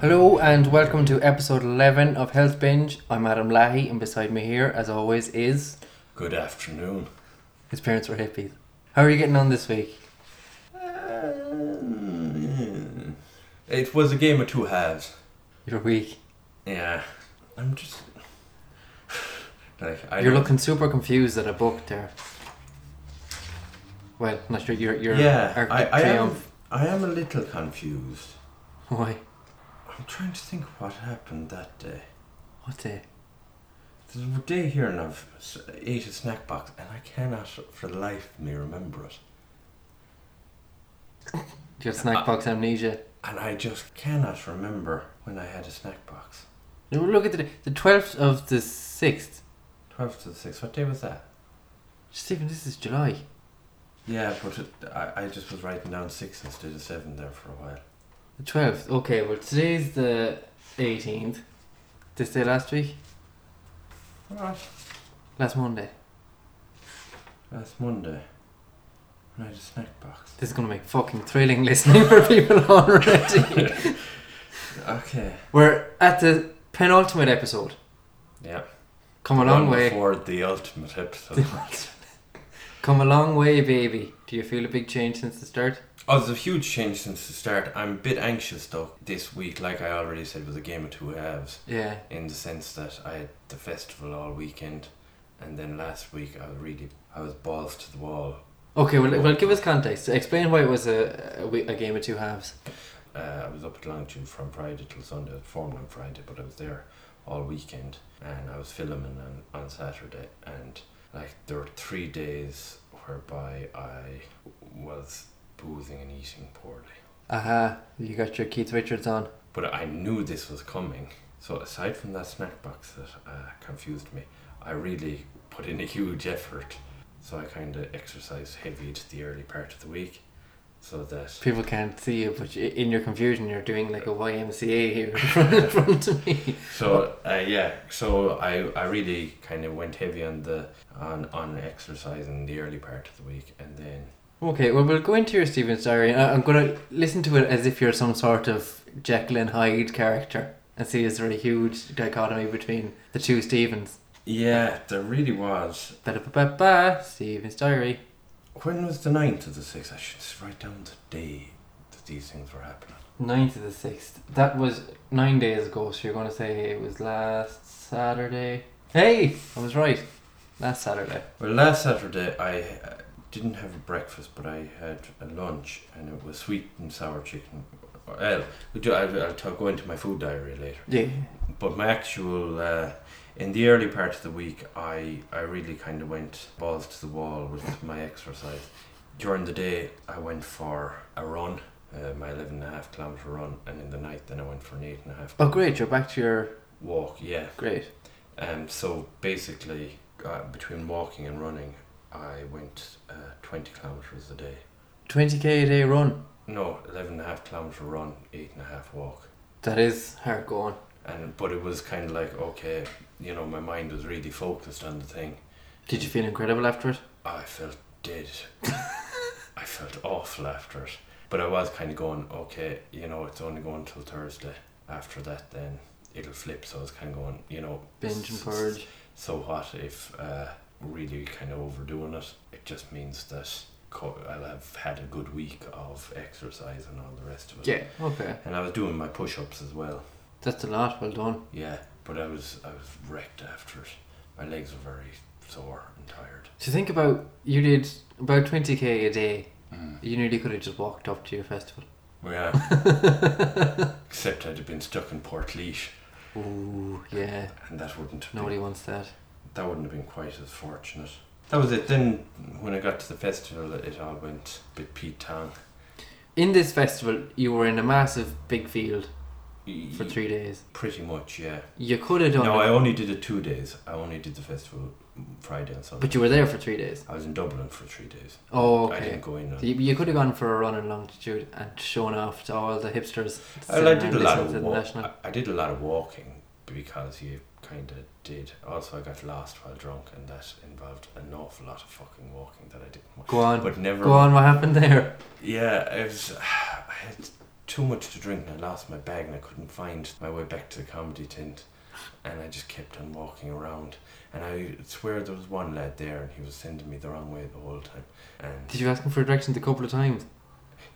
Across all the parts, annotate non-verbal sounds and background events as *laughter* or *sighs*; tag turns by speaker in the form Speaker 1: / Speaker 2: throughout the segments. Speaker 1: Hello and welcome to episode 11 of Health Binge. I'm Adam Lahey and beside me here, as always, is
Speaker 2: Good afternoon.
Speaker 1: his parents were hippies. How are you getting on this week?
Speaker 2: Uh, It was a game of two halves.
Speaker 1: Your week?
Speaker 2: Yeah. I'm just like I
Speaker 1: You're
Speaker 2: don't-
Speaker 1: looking super confused at a book there. Well, not sure you're. you're
Speaker 2: Yeah.
Speaker 1: Arctic
Speaker 2: I, I am
Speaker 1: Triumph. *laughs*
Speaker 2: I am a little confused.
Speaker 1: Why?
Speaker 2: I'm trying to think what happened that day.
Speaker 1: What day?
Speaker 2: There's a day here and I've s- ate a snack box and I cannot for the life of me remember it.
Speaker 1: Do you have
Speaker 2: Uh,
Speaker 1: snack box amnesia?
Speaker 2: And I just cannot remember when I had a snack box.
Speaker 1: No, Look at the the 12th of the 6th.
Speaker 2: 12th to the 6th. What day was that?
Speaker 1: Stephen, this is July.
Speaker 2: Yeah, but it, I, I just was writing down 6 instead of 7 there for a while.
Speaker 1: The 12th. Okay, well, today's the 18th. This day last week?
Speaker 2: Alright.
Speaker 1: Last Monday.
Speaker 2: Last Monday, when I had a snack box.
Speaker 1: This is going to make fucking thrilling *laughs* listening for people already.
Speaker 2: Okay.
Speaker 1: We're at the penultimate episode.
Speaker 2: Yeah.
Speaker 1: Come a long way.
Speaker 2: Before the ultimate episode.
Speaker 1: *laughs* Come a long way, baby. Do you feel a big change since the start?
Speaker 2: oh, there's a huge change since the start. I'm a bit anxious though this week, like I already said, was a game of two halves.
Speaker 1: Yeah.
Speaker 2: In the sense that I had the festival all weekend, and then last week I was really I was balls to the wall.
Speaker 1: Okay, well, well give us context. Explain why it was a, a, we- a game of two halves.
Speaker 2: Uh, I was up at Longitude from Friday till Sunday. I performed on Friday, but I was there all weekend, and I was filming on, on Saturday. And like there were three days whereby I was boozing and eating poorly.
Speaker 1: Aha, you got your Keith Richards on.
Speaker 2: But I knew this was coming. So aside from that snack box that uh, confused me, I really put in a huge effort. So I kind of exercised heavy into the early part of the week, so that
Speaker 1: People can't see you, but you- in your confusion, you're doing like a YMCA here *laughs* in front- in front of me.
Speaker 2: So uh, yeah, so I, I really kind of went heavy on the on on exercise in the early part of the week, and then
Speaker 1: Okay, well, we'll go into your Stephen story, and I- I'm going to listen to it as if you're some sort of Jekyll and Hyde character and see is there a huge dichotomy between the two Stephens.
Speaker 2: yeah, there really was.
Speaker 1: Ba-da-ba-ba-ba, Stephen's diary.
Speaker 2: When was the 9th of the sixth? I should just write down the day that these things were happening.
Speaker 1: 9th of the 6th. That was nine days ago, so you're going to say it was last Saturday. Hey! I was right. Last Saturday.
Speaker 2: Well, last Saturday I uh, didn't have a breakfast, but I had a lunch, and it was sweet and sour chicken. Well, we do- I'll, I'll talk, go into my food diary later.
Speaker 1: Yeah.
Speaker 2: But my actual uh, in the early part of the week, I I really kind of went balls to the wall with my exercise. During the day, I went for a run, uh, my 11 and a half kilometer run, and in the night, then I went for an eight and a half
Speaker 1: Oh, great. You're back to your.
Speaker 2: walk. Yeah,
Speaker 1: Great.
Speaker 2: um, so basically, uh, between walking and running, I went uh, 20 kilometers a day.
Speaker 1: 20k a day run.
Speaker 2: No, 11 and a half kilometer run, eight and a half walk.
Speaker 1: That is hard going.
Speaker 2: And but it was kind of like okay, you know, my mind was really focused on the thing.
Speaker 1: Did you feel incredible after it?
Speaker 2: I felt dead. I felt awful after it. But I was kind of going, okay, you know, it's only going till Thursday. After that, then it'll flip. So I was kind of going, you know,
Speaker 1: Binge and
Speaker 2: s-
Speaker 1: purge.
Speaker 2: So what if uh, really kind of overdoing it? It just means that co- I'll have had a good week of exercise and all the rest of it.
Speaker 1: Yeah. Okay.
Speaker 2: And I was doing my push-ups as well.
Speaker 1: That's a lot. Well done.
Speaker 2: Yeah, but I was I was wrecked after it. My legs were very sore and tired.
Speaker 1: So think about you did about 20k a day. You nearly could have just walked up to your
Speaker 2: *laughs*
Speaker 1: festival.
Speaker 2: Yeah. Except I'd have been stuck in Port
Speaker 1: Ooh, yeah.
Speaker 2: and that wouldn't have
Speaker 1: Nobody
Speaker 2: been,
Speaker 1: wants that.
Speaker 2: that wouldn't have been quite as fortunate. That was it. Then when I got to the festival, it all went a bit Pete Tong.
Speaker 1: In this festival, you were in a massive big field for three days.
Speaker 2: Pretty much, yeah.
Speaker 1: You could have done
Speaker 2: No,
Speaker 1: it,
Speaker 2: I only did it two days. I only did the festival Friday and Sunday.
Speaker 1: but you were there for three days.
Speaker 2: I was in Dublin for three days.
Speaker 1: Oh,
Speaker 2: I
Speaker 1: okay.
Speaker 2: didn't go in. On,
Speaker 1: So you, you could have gone for a run in longitude and shown off to all the hipsters.
Speaker 2: Well, I
Speaker 1: sitting
Speaker 2: did
Speaker 1: around listening
Speaker 2: a lot
Speaker 1: to
Speaker 2: of
Speaker 1: the
Speaker 2: walk,
Speaker 1: national.
Speaker 2: I, I did a lot of walking because you kind of did. Also, I got lost while drunk, and that involved an awful lot of fucking walking that I didn't want.
Speaker 1: Go on.
Speaker 2: But never.
Speaker 1: Go on, what happened there?
Speaker 2: Yeah, it was. *sighs* I had too much to drink, and I lost my bag, and I couldn't find my way back to the comedy tent, and I just kept on walking around. And I swear there was one lad there, and he was sending me the wrong way the whole time. And
Speaker 1: Did you ask him for directions a couple of times?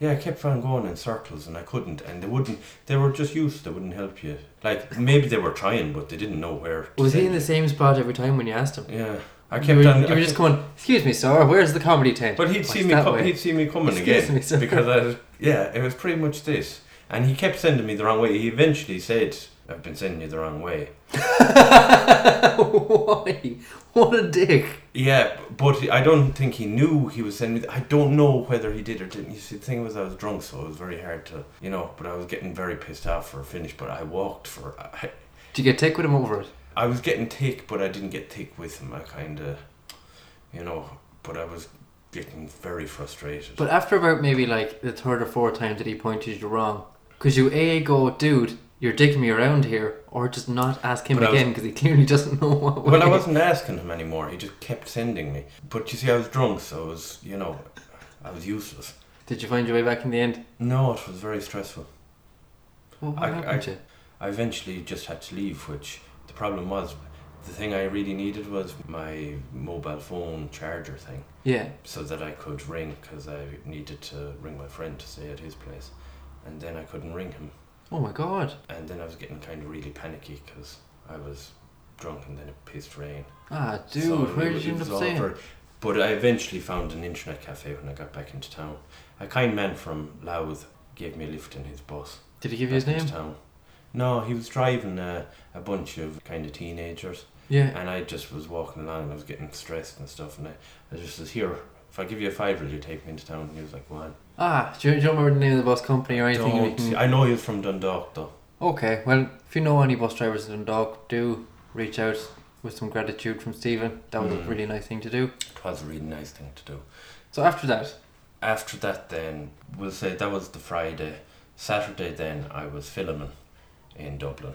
Speaker 2: yeah, I kept on going in circles and I couldn't. And they wouldn't, they were just used, they wouldn't help you. Like, maybe they were trying, but they didn't know where. to
Speaker 1: Was he
Speaker 2: send
Speaker 1: in the
Speaker 2: you.
Speaker 1: same spot every time when you asked him?
Speaker 2: Yeah. I
Speaker 1: you
Speaker 2: kept
Speaker 1: were,
Speaker 2: on.
Speaker 1: You
Speaker 2: I
Speaker 1: were just
Speaker 2: kept-
Speaker 1: going, excuse me, sir, where's the comedy tent?
Speaker 2: but he'd
Speaker 1: "What's
Speaker 2: see, me
Speaker 1: that
Speaker 2: com-
Speaker 1: way?"
Speaker 2: he'd *laughs* see me coming
Speaker 1: Excuse
Speaker 2: again.
Speaker 1: me, sir.
Speaker 2: because I, yeah, it was pretty much this. And he kept sending me the wrong way. He eventually said, I've been sending you the wrong way.
Speaker 1: *laughs* Why? What a dick.
Speaker 2: Yeah, but I don't think he knew he was sending me. I don't know whether he did or didn't. You see, the thing was, I was drunk, so it was very hard to, you know, but I was getting very pissed off for a finish. But I walked for, I,
Speaker 1: Did you get tick with him over it?
Speaker 2: I was getting thick, but I didn't get thick with him. I kind of, you know, but I was getting very frustrated.
Speaker 1: But after about maybe like the third or fourth time that he pointed you wrong, could you A, go, dude, you're dicking me around here, or just not ask him
Speaker 2: But I was-
Speaker 1: again because he clearly *laughs* doesn't know what way.
Speaker 2: well, I wasn't asking him anymore. He just kept sending me. But you see, I was drunk, so it was, you know, I was useless.
Speaker 1: Did you find your way back in the end?
Speaker 2: No, it was very stressful.
Speaker 1: Well, what
Speaker 2: I-
Speaker 1: happened to you?
Speaker 2: I eventually just had to leave, which the problem was the thing I really needed was my mobile phone charger thing
Speaker 1: Yeah.
Speaker 2: so that I could ring because I needed to ring my friend to stay at his place. And then I couldn't ring him.
Speaker 1: Oh my god.
Speaker 2: and then I was getting kind of really panicky because I was drunk and then it pissed rain.
Speaker 1: Ah, dude,
Speaker 2: So it
Speaker 1: where
Speaker 2: was-
Speaker 1: did you
Speaker 2: it
Speaker 1: end up
Speaker 2: was all
Speaker 1: staying?
Speaker 2: very- But I eventually found an internet cafe when I got back into town. A kind man from Louth gave me a lift in his bus.
Speaker 1: Did he give you his
Speaker 2: back into
Speaker 1: name?
Speaker 2: Town. No, he was driving a, a bunch of kind of teenagers,
Speaker 1: Yeah.
Speaker 2: and I just was walking along and I was getting stressed and stuff. And I, I just was here. If I give you a five, will you take me into town? And he was like, "What?"
Speaker 1: Ah, do you, do you remember the name of the bus company or anything? we
Speaker 2: Don't.
Speaker 1: can-
Speaker 2: I know he was from Dundalk though.
Speaker 1: Okay, well, if you know any bus drivers in Dundalk, do reach out with some gratitude from Stephen. That was a
Speaker 2: Mm.
Speaker 1: really nice thing to do.
Speaker 2: It was a really nice thing to do.
Speaker 1: So after that,
Speaker 2: after that then we'll say that was the friday saturday then i was filming in dublin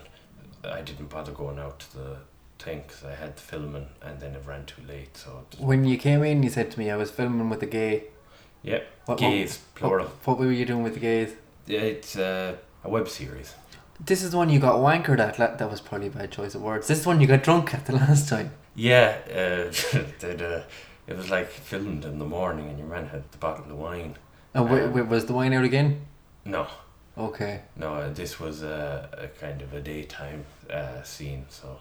Speaker 2: i didn't bother going out to the thing 'cause i had the filming and then it ran too late so it-
Speaker 1: when you came in, you said to me, I was filming with the gay.
Speaker 2: Yep,
Speaker 1: What,
Speaker 2: gays plural
Speaker 1: What, what were you doing with the gays?
Speaker 2: yeah it's uh, a web series
Speaker 1: This is the one you got wankered at. la- That was probably a bad choice of words. This is the one you got drunk at the *laughs* last time.
Speaker 2: yeah *laughs* uh, they'd, uh, it was like filmed in the morning and your man had the bottle of wine
Speaker 1: And w-
Speaker 2: Um,
Speaker 1: w- was the wine out again?
Speaker 2: no
Speaker 1: Okay.
Speaker 2: no uh, this was a, a kind of a daytime uh, scene so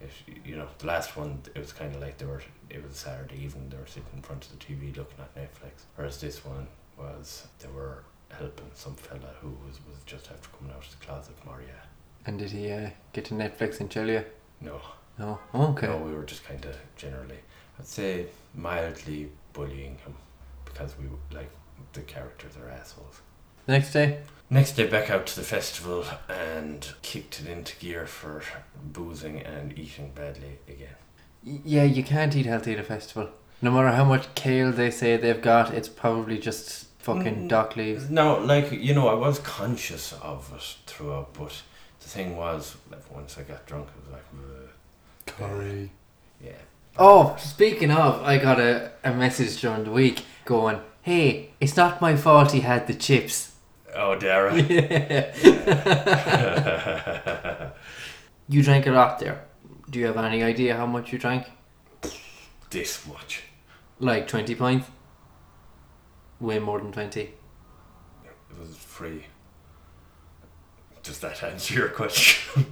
Speaker 2: if you know the last one it was kind of like they were it was saturday evening they were sitting in front of the tv looking at netflix whereas this one was they were helping some fella who was, was just after coming out of the closet maria
Speaker 1: And did he uh, get to Netflix and chill you?
Speaker 2: no
Speaker 1: No. Okay.
Speaker 2: no we were just kind of generally i'd say mildly bullying him because we were- like the characters are assholes
Speaker 1: The next day?
Speaker 2: Next day, back out to the festival and kicked it into gear for boozing and eating badly again.
Speaker 1: Y- yeah, you can't eat healthy at a festival. No matter how much kale they say they've got, it's probably just fucking
Speaker 2: Mm.
Speaker 1: dock leaves.
Speaker 2: Now, like, you know, I was conscious of it throughout, but the thing was, like, once I got drunk, it was like, "Ugh." Curry. yeah.
Speaker 1: Oh, speaking of, I got a, a message during the week going, hey, it's not my fault he had the chips. *laughs*
Speaker 2: Oh, Dara.
Speaker 1: You drank a lot there. Do you have any idea how much you drank?
Speaker 2: *laughs* this much.
Speaker 1: Like 20 pints? Way more than 20.
Speaker 2: It was free. Does that answer your question?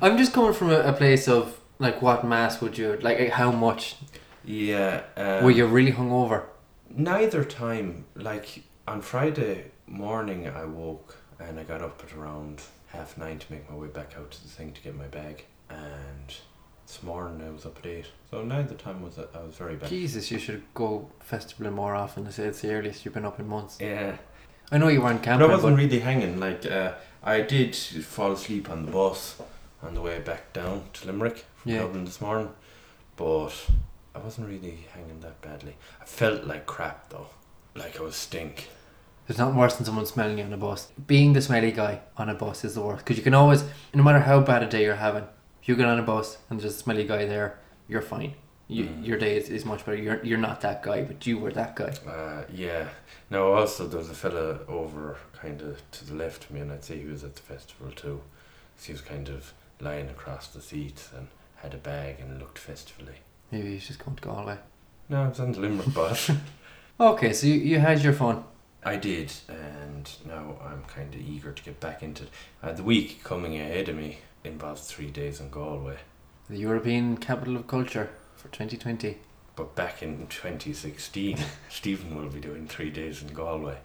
Speaker 1: I'm just coming from a, a place of, like, what mass would you, like, how much?
Speaker 2: yeah. Um,
Speaker 1: Were you really hungover?
Speaker 2: Neither time. Like on Friday morning, I woke and I got up at around half nine to make my way back out to the thing to get my bag. And this morning I was up at eight. So neither time was I I was very bad.
Speaker 1: Jesus, you should go festivaling more often. I say it's the earliest you've been up in months.
Speaker 2: Yeah,
Speaker 1: I know you weren't
Speaker 2: but I
Speaker 1: camping, but,
Speaker 2: wasn't really hanging. Like uh, I did fall asleep on the bus on the way back down to Limerick from
Speaker 1: Yeah.
Speaker 2: Dublin this morning, but I wasn't really hanging that badly. I felt like crap though, like I was stink.
Speaker 1: There's nothing worse than someone smelling you on a bus. Being the smelly guy on a bus is the worst because you can always, no matter how bad a day you're having, if you get on a bus and there's a smelly guy there, you're fine. You,
Speaker 2: Mm.
Speaker 1: Your day is, is much better. You're you're not that guy, but you were that guy.
Speaker 2: Uh, yeah. No, also there was a fella over kind of to the left of me, and I'd say he was at the festival too. So he was kind of lying across the seat and had a bag and looked festively.
Speaker 1: Maybe he's just going to Galway.
Speaker 2: No, I was on the Limerick bus. *laughs*
Speaker 1: Okay, so you, you had your fun.
Speaker 2: I did, and now I'm kind of eager to get back into it. Uh, the week coming ahead of me involves three days in Galway,
Speaker 1: The European Capital of Culture for 2020.
Speaker 2: but back in 2016, Stephen will be doing three days in Galway.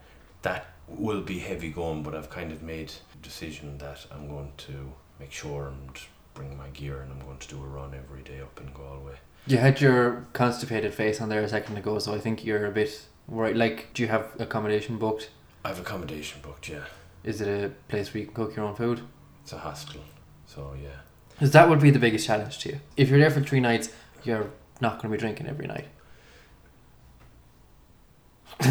Speaker 2: That will be heavy going, but I've kind of made a decision that I'm going to make sure and bring my gear, and I'm going to do a run every day up in Galway.
Speaker 1: You had your constipated face on there a second ago, so I think you're a bit worried. Like, do you have accommodation booked?
Speaker 2: I've accommodation booked, yeah.
Speaker 1: Is it a place where you can cook your own food?
Speaker 2: It's a hostel, so yeah.
Speaker 1: Because that would be the biggest challenge to you. If you're there for three nights, you're not going to be drinking every night. *laughs*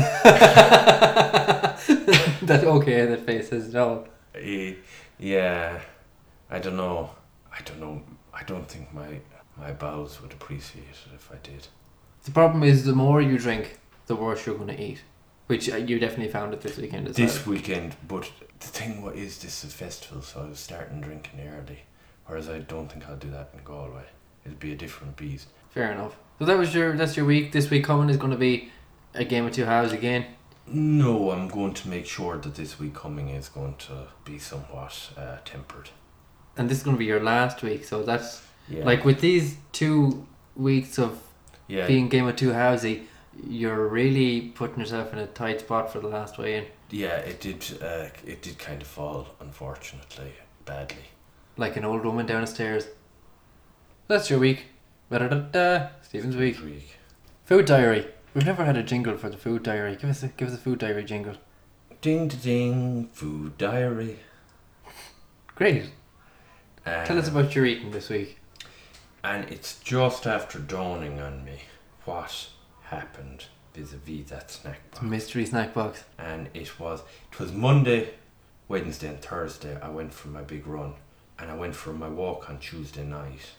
Speaker 1: that okay, that face says no.
Speaker 2: Eh, yeah, I don't know. I don't know. I don't think my my bowels would appreciate it if I did.
Speaker 1: The problem is, the more you drink, the worse you're going to eat. Which uh, you definitely found it this weekend as well.
Speaker 2: This weekend, but the thing what is this is a festival, so I was starting drinking early. Whereas I don't think I'll do that in Galway. It'd be a different beast.
Speaker 1: Fair enough. So that was your that's your week. This week coming is going to be a game of two halves again.
Speaker 2: No, I'm going to make sure that this week coming is going to be somewhat uh, tempered.
Speaker 1: and this is going to be your last week. So that's
Speaker 2: Yeah.
Speaker 1: like with these two weeks of
Speaker 2: yeah,
Speaker 1: being game of two housey, you're really putting yourself in a tight spot for the last weigh in.
Speaker 2: yeah. It did. Uh, it did kind of fall, unfortunately, badly.
Speaker 1: Like an old woman downstairs. That's your week. Da-da-da-da. Stephen's week.
Speaker 2: Week.
Speaker 1: Food diary. We've never had a jingle for the food diary. Give us a give us a food diary jingle.
Speaker 2: Ding da ding, food diary.
Speaker 1: Great.
Speaker 2: Um,
Speaker 1: Tell us about your eating this week.
Speaker 2: And it's just after dawning on me what happened vis-a-vis that snack
Speaker 1: It's
Speaker 2: box.
Speaker 1: a mystery snack box.
Speaker 2: And it was it was Monday, Wednesday, and Thursday. I went for my big run, and I went for my walk on Tuesday night,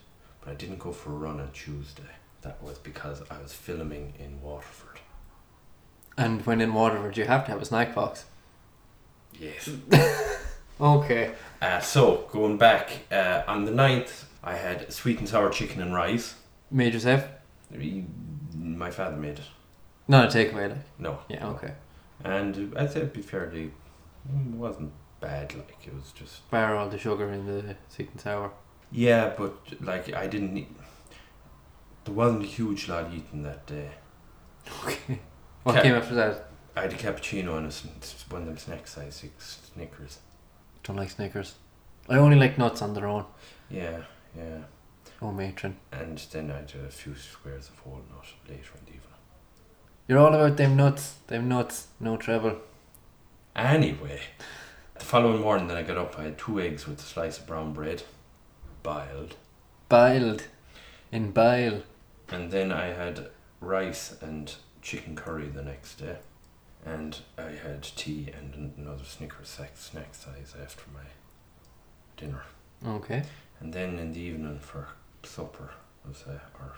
Speaker 2: but I didn't go for a run on Tuesday. That was because I was filming in Waterford.
Speaker 1: And when in Waterford, you have to have a snack box.
Speaker 2: Yes.
Speaker 1: Okay.
Speaker 2: Uh, so going back uh, on the 9th, I had sweet and sour chicken and rice.
Speaker 1: Made yourself?
Speaker 2: My father made it.
Speaker 1: Not a takeaway, like.
Speaker 2: No.
Speaker 1: Yeah, okay.
Speaker 2: And I'd say it'd be fairly. It wasn't bad, like, it was just.
Speaker 1: Bar all the sugar in the sweet and sour.
Speaker 2: Yeah, but, like, I didn't. Eat, there wasn't a huge lot eaten that day.
Speaker 1: Okay. What
Speaker 2: Okay.
Speaker 1: came after that?
Speaker 2: I had a cappuccino and a, sn- one of them snack size six Snickers.
Speaker 1: Don't like Snickers. I only like nuts on their own.
Speaker 2: Yeah, yeah.
Speaker 1: Oh, matron.
Speaker 2: And then I had a few squares of walnut later in the evening.
Speaker 1: You're all about them nuts. Them nuts. No trouble.
Speaker 2: Anyway, the following morning, then I got up, I had two eggs with a slice of brown bread, biled.
Speaker 1: Biled. In bile.
Speaker 2: And then I had rice and chicken curry the next day. And I had tea and another Snickers sack snack size after my dinner.
Speaker 1: Okay.
Speaker 2: And then in the evening for supper, was, uh, or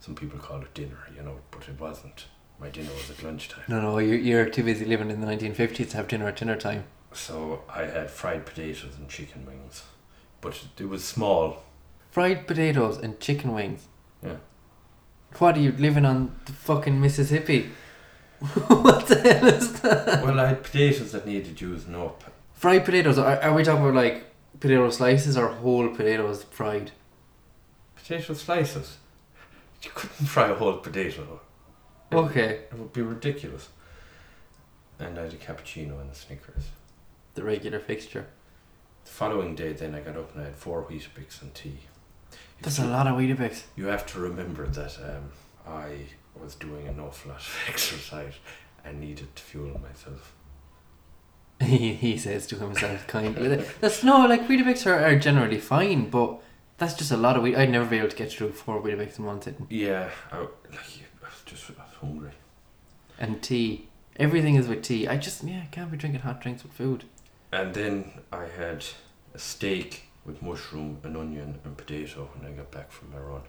Speaker 2: some people call it dinner, you know, but it wasn't. My dinner was at lunchtime.
Speaker 1: No, no, you're, you're too busy living in the 1950s to have dinner at dinner time.
Speaker 2: So I had fried potatoes and chicken wings. But it was small.
Speaker 1: Fried potatoes and chicken wings.
Speaker 2: Yeah.
Speaker 1: What are you living on the fucking Mississippi? what the hell is that?
Speaker 2: well, I had potatoes that needed using up.
Speaker 1: Fried potatoes. Are, are we talking about like potato slices or whole potatoes fried?
Speaker 2: Potato slices. You couldn't fry a whole potato.
Speaker 1: Okay.
Speaker 2: It would be ridiculous. And I had a cappuccino and Snickers.
Speaker 1: The regular fixture.
Speaker 2: The following day, then I got up and I had four Weetabix and tea.
Speaker 1: That's a lot of Weetabix.
Speaker 2: You have to remember that um, I was doing an awful lot of *laughs* exercise and needed to fuel myself.
Speaker 1: *laughs* he, he says to himself kindly. That's no, like Weetabix are, are generally fine, but that's just a lot of Weetabix. I'd never be able to get through four Weetabix in one sitting.
Speaker 2: Yeah, I, like I was just I was hungry.
Speaker 1: And tea. Everything is with tea. I just yeah can't be drinking hot drinks with food.
Speaker 2: And then I had a steak with mushroom and onion and potato when I got back from my run.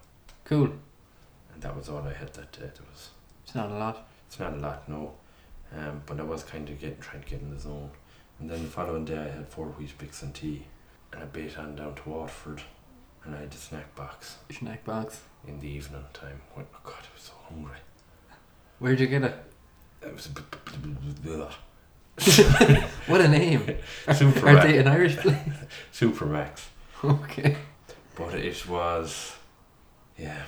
Speaker 1: Cool.
Speaker 2: And that was all I had that day. It was
Speaker 1: It's not a lot.
Speaker 2: it's not a lot, no. Um, but I was kind of getting trying to get in the zone. And then the following day I had four wheat bix and tea, and I bait on down to Waterford, and I had a snack box
Speaker 1: Snack box.
Speaker 2: in the evening time. When, oh God, I was so hungry.
Speaker 1: Where'd you get it?
Speaker 2: It was a bit- bit- bit- *laughs* bit- bit-
Speaker 1: *laughs* What a name.
Speaker 2: Super
Speaker 1: Are
Speaker 2: Max.
Speaker 1: they an Irish place?
Speaker 2: Super Max.
Speaker 1: Okay.
Speaker 2: But it was, yeah.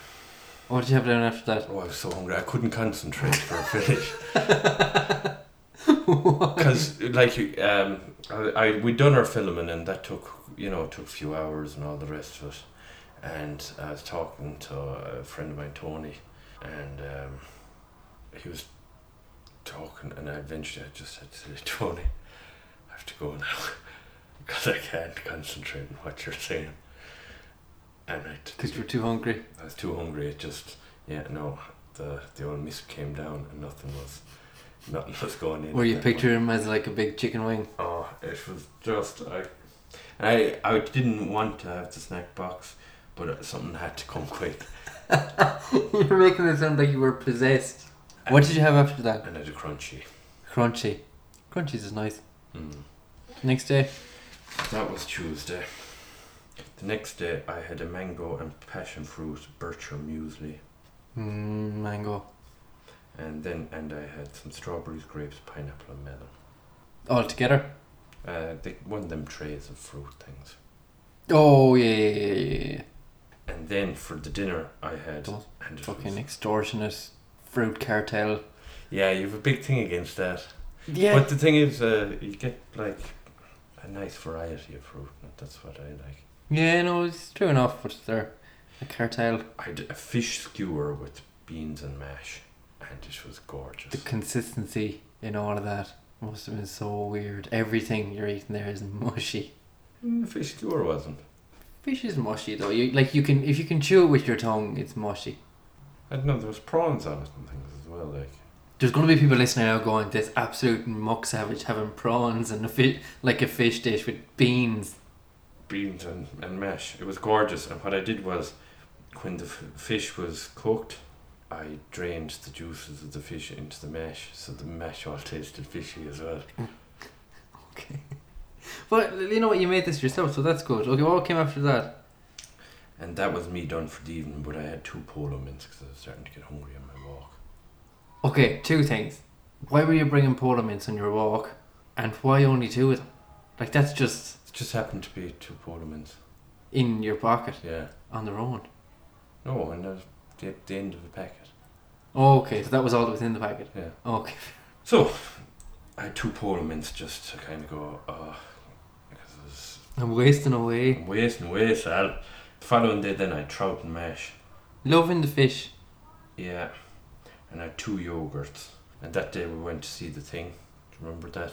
Speaker 1: What did you have down after that?
Speaker 2: Oh, I was so hungry. I couldn't concentrate for
Speaker 1: *laughs*
Speaker 2: a finish. Because, like, you- um, I, I, we'd done our filming and that took, you know, it took a few hours and all the rest of it. And I was talking to a friend of mine, Tony, and um, he was talking, and I eventually I just said to Tony, I have to go now *laughs* because I can't concentrate on what you're saying. And I
Speaker 1: Because you were too hungry.
Speaker 2: I was too hungry. It just yeah no the the old mist came down and nothing was nothing was going in.
Speaker 1: Were
Speaker 2: at
Speaker 1: you
Speaker 2: that point.
Speaker 1: picturing him as like a big chicken wing?
Speaker 2: Oh, it was just I I I didn't want to have the snack box, but something had to come quick.
Speaker 1: *laughs* You're making it sound like you were possessed. What did you have after that?
Speaker 2: And I had a crunchy.
Speaker 1: Crunchy. Crunchies is nice.
Speaker 2: Mm.
Speaker 1: Next day,
Speaker 2: That was Tuesday. The next day, I had a mango and passion fruit bircher muesli,
Speaker 1: mm, mango.
Speaker 2: and then and I had some strawberries, grapes, pineapple, and melon.
Speaker 1: All together.
Speaker 2: Uh, they one of them trays of fruit things.
Speaker 1: Oh yeah, yeah, yeah, yeah, yeah.
Speaker 2: And then for the dinner, I had.
Speaker 1: Those
Speaker 2: And it
Speaker 1: Fucking
Speaker 2: was-
Speaker 1: extortionist fruit cartel.
Speaker 2: yeah, you have a big thing against that.
Speaker 1: Yeah.
Speaker 2: But the thing is, uh, you get like a nice variety of fruit, and that's what I like.
Speaker 1: Yeah, no, it's true enough, but they're a cartel.
Speaker 2: I had a fish skewer with beans and mash, and it was gorgeous.
Speaker 1: The consistency in all of that must have been so weird. Everything you're eating there is mushy.
Speaker 2: Mm, The fish skewer wasn't.
Speaker 1: Fish is mushy though. You like you can if you can chew it with your tongue, it's mushy.
Speaker 2: I don't know, there was prawns on it and things as well, like.
Speaker 1: There's gonna be people listening now going, "This absolute muck savage having prawns and a fish like a fish dish with beans."
Speaker 2: beans and, and mash. It was gorgeous. And what I did was, when the f- fish was cooked, I drained the juices of the fish into the mash, so the mash all *laughs* tasted fishy as well.
Speaker 1: *laughs* But you know what? You made this yourself, so that's good. Okay, what came after that?
Speaker 2: And that was me done for the evening, but I had two polo mints because I was starting to get hungry on my walk.
Speaker 1: Okay, two things. Why were you bringing polo mints on your walk, and why only two of them? Like that's just
Speaker 2: It just happened to be two polo mints.
Speaker 1: in your pocket
Speaker 2: Yeah.
Speaker 1: on their own.
Speaker 2: No, and that the, the end of the packet.
Speaker 1: Okay, so that was all that was in the packet.
Speaker 2: Yeah.
Speaker 1: Okay.
Speaker 2: So, I had two polo mints just to kind of go, oh, because it was
Speaker 1: I'm wasting away.
Speaker 2: I'm wasting way, Sal. The following day, then I had trout and mash.
Speaker 1: Loving the fish.
Speaker 2: Yeah, and I had two yogurts. And that day we went to see the thing. Do you remember that?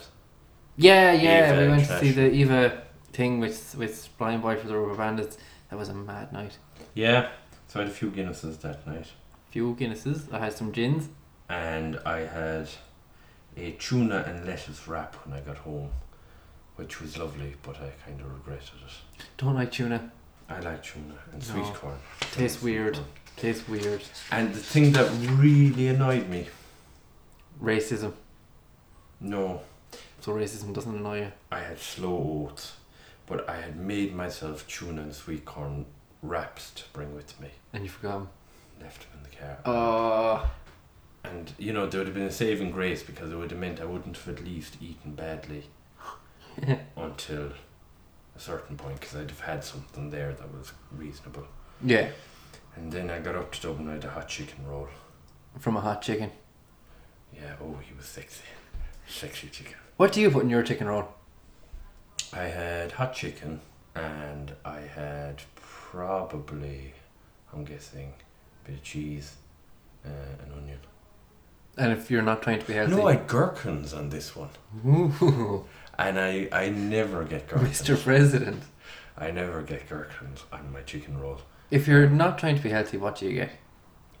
Speaker 1: Yeah, yeah.
Speaker 2: Eva
Speaker 1: we went
Speaker 2: trash.
Speaker 1: to see the Eva thing with with Blind Boy for the Rubber Bandits. That was a mad night.
Speaker 2: Yeah. So I had a few Guinnesses that night,
Speaker 1: Few Guinnesses. I had some gins.
Speaker 2: and I had a tuna and lettuce wrap when I got home, which was lovely, but I kind of regretted it.
Speaker 1: Don't like tuna.
Speaker 2: I like tuna and
Speaker 1: No.
Speaker 2: sweet corn.
Speaker 1: Tastes
Speaker 2: Sweet
Speaker 1: weird.
Speaker 2: corn.
Speaker 1: Tastes weird.
Speaker 2: And the thing that really annoyed me,
Speaker 1: Racism.
Speaker 2: no,
Speaker 1: So racism doesn't annoy you.
Speaker 2: I had slow oats, but I had made myself tuna and sweet corn wraps to bring with me.
Speaker 1: And you forgot 'em.
Speaker 2: Left them in the car.
Speaker 1: Oh,
Speaker 2: And you know, there would have been a saving grace because it would have meant I wouldn't have at least eaten badly until a certain point because I'd have had something there that was reasonable.
Speaker 1: yeah.
Speaker 2: And then I got up to Dublin, I had a hot chicken roll.
Speaker 1: From a hot chicken.
Speaker 2: Yeah, oh, he was sexy. Sexy chicken.
Speaker 1: What do you put in your chicken roll?
Speaker 2: I had hot chicken and I had probably, I'm guessing, a bit of cheese, uh, an onion.
Speaker 1: And if you're not trying to be healthy,
Speaker 2: No, I
Speaker 1: *laughs*
Speaker 2: had gherkins on this one.
Speaker 1: Ooh,
Speaker 2: And I, I never get gherkins.
Speaker 1: Mr. President.
Speaker 2: I never get gherkins on my chicken roll.
Speaker 1: If you're not trying to be healthy, what do you get?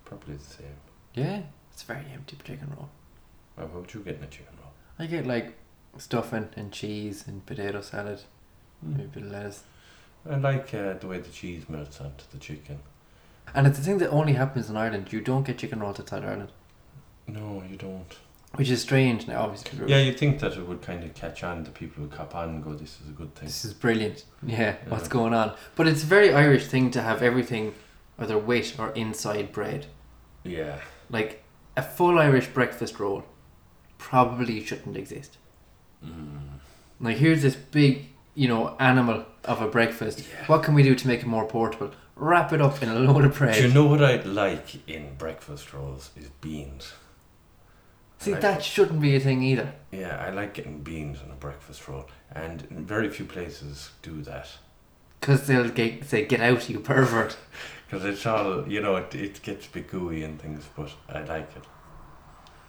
Speaker 2: Probably the same.
Speaker 1: Yeah, it's a very empty chicken roll.
Speaker 2: Well, what would you get in a chicken roll?
Speaker 1: I get like stuffing and cheese and potato salad,
Speaker 2: Hmm.
Speaker 1: maybe a bit of lettuce.
Speaker 2: I like uh, the way the cheese melts onto the chicken.
Speaker 1: And it's a thing that only happens in Ireland. You don't get chicken rolls outside Ireland,
Speaker 2: No, you don't.
Speaker 1: which is strange. Now, obviously, we're-
Speaker 2: Yeah, you'd think that it would kind of catch on. The people who cop on and go, "This is a good thing."
Speaker 1: This is brilliant. Yeah, what's
Speaker 2: Yeah.
Speaker 1: going on? But it's a very Irish thing to have everything either wet or inside bread.
Speaker 2: Yeah,
Speaker 1: Like a full Irish breakfast roll probably shouldn't exist.
Speaker 2: mm.
Speaker 1: Like here's this big, you know, animal of a breakfast.
Speaker 2: Yeah.
Speaker 1: What can we do to make it more portable? Wrap it up in a load of bread.
Speaker 2: Do you know what I'd like in breakfast rolls is beans.
Speaker 1: See,
Speaker 2: I like
Speaker 1: that shouldn't be a thing either.
Speaker 2: Yeah, I like getting beans on a breakfast roll, and very few places do that.
Speaker 1: Because they'll get, say, get out, you pervert.
Speaker 2: Because it's all, you know, it, it gets a bit gooey and things, but I like it.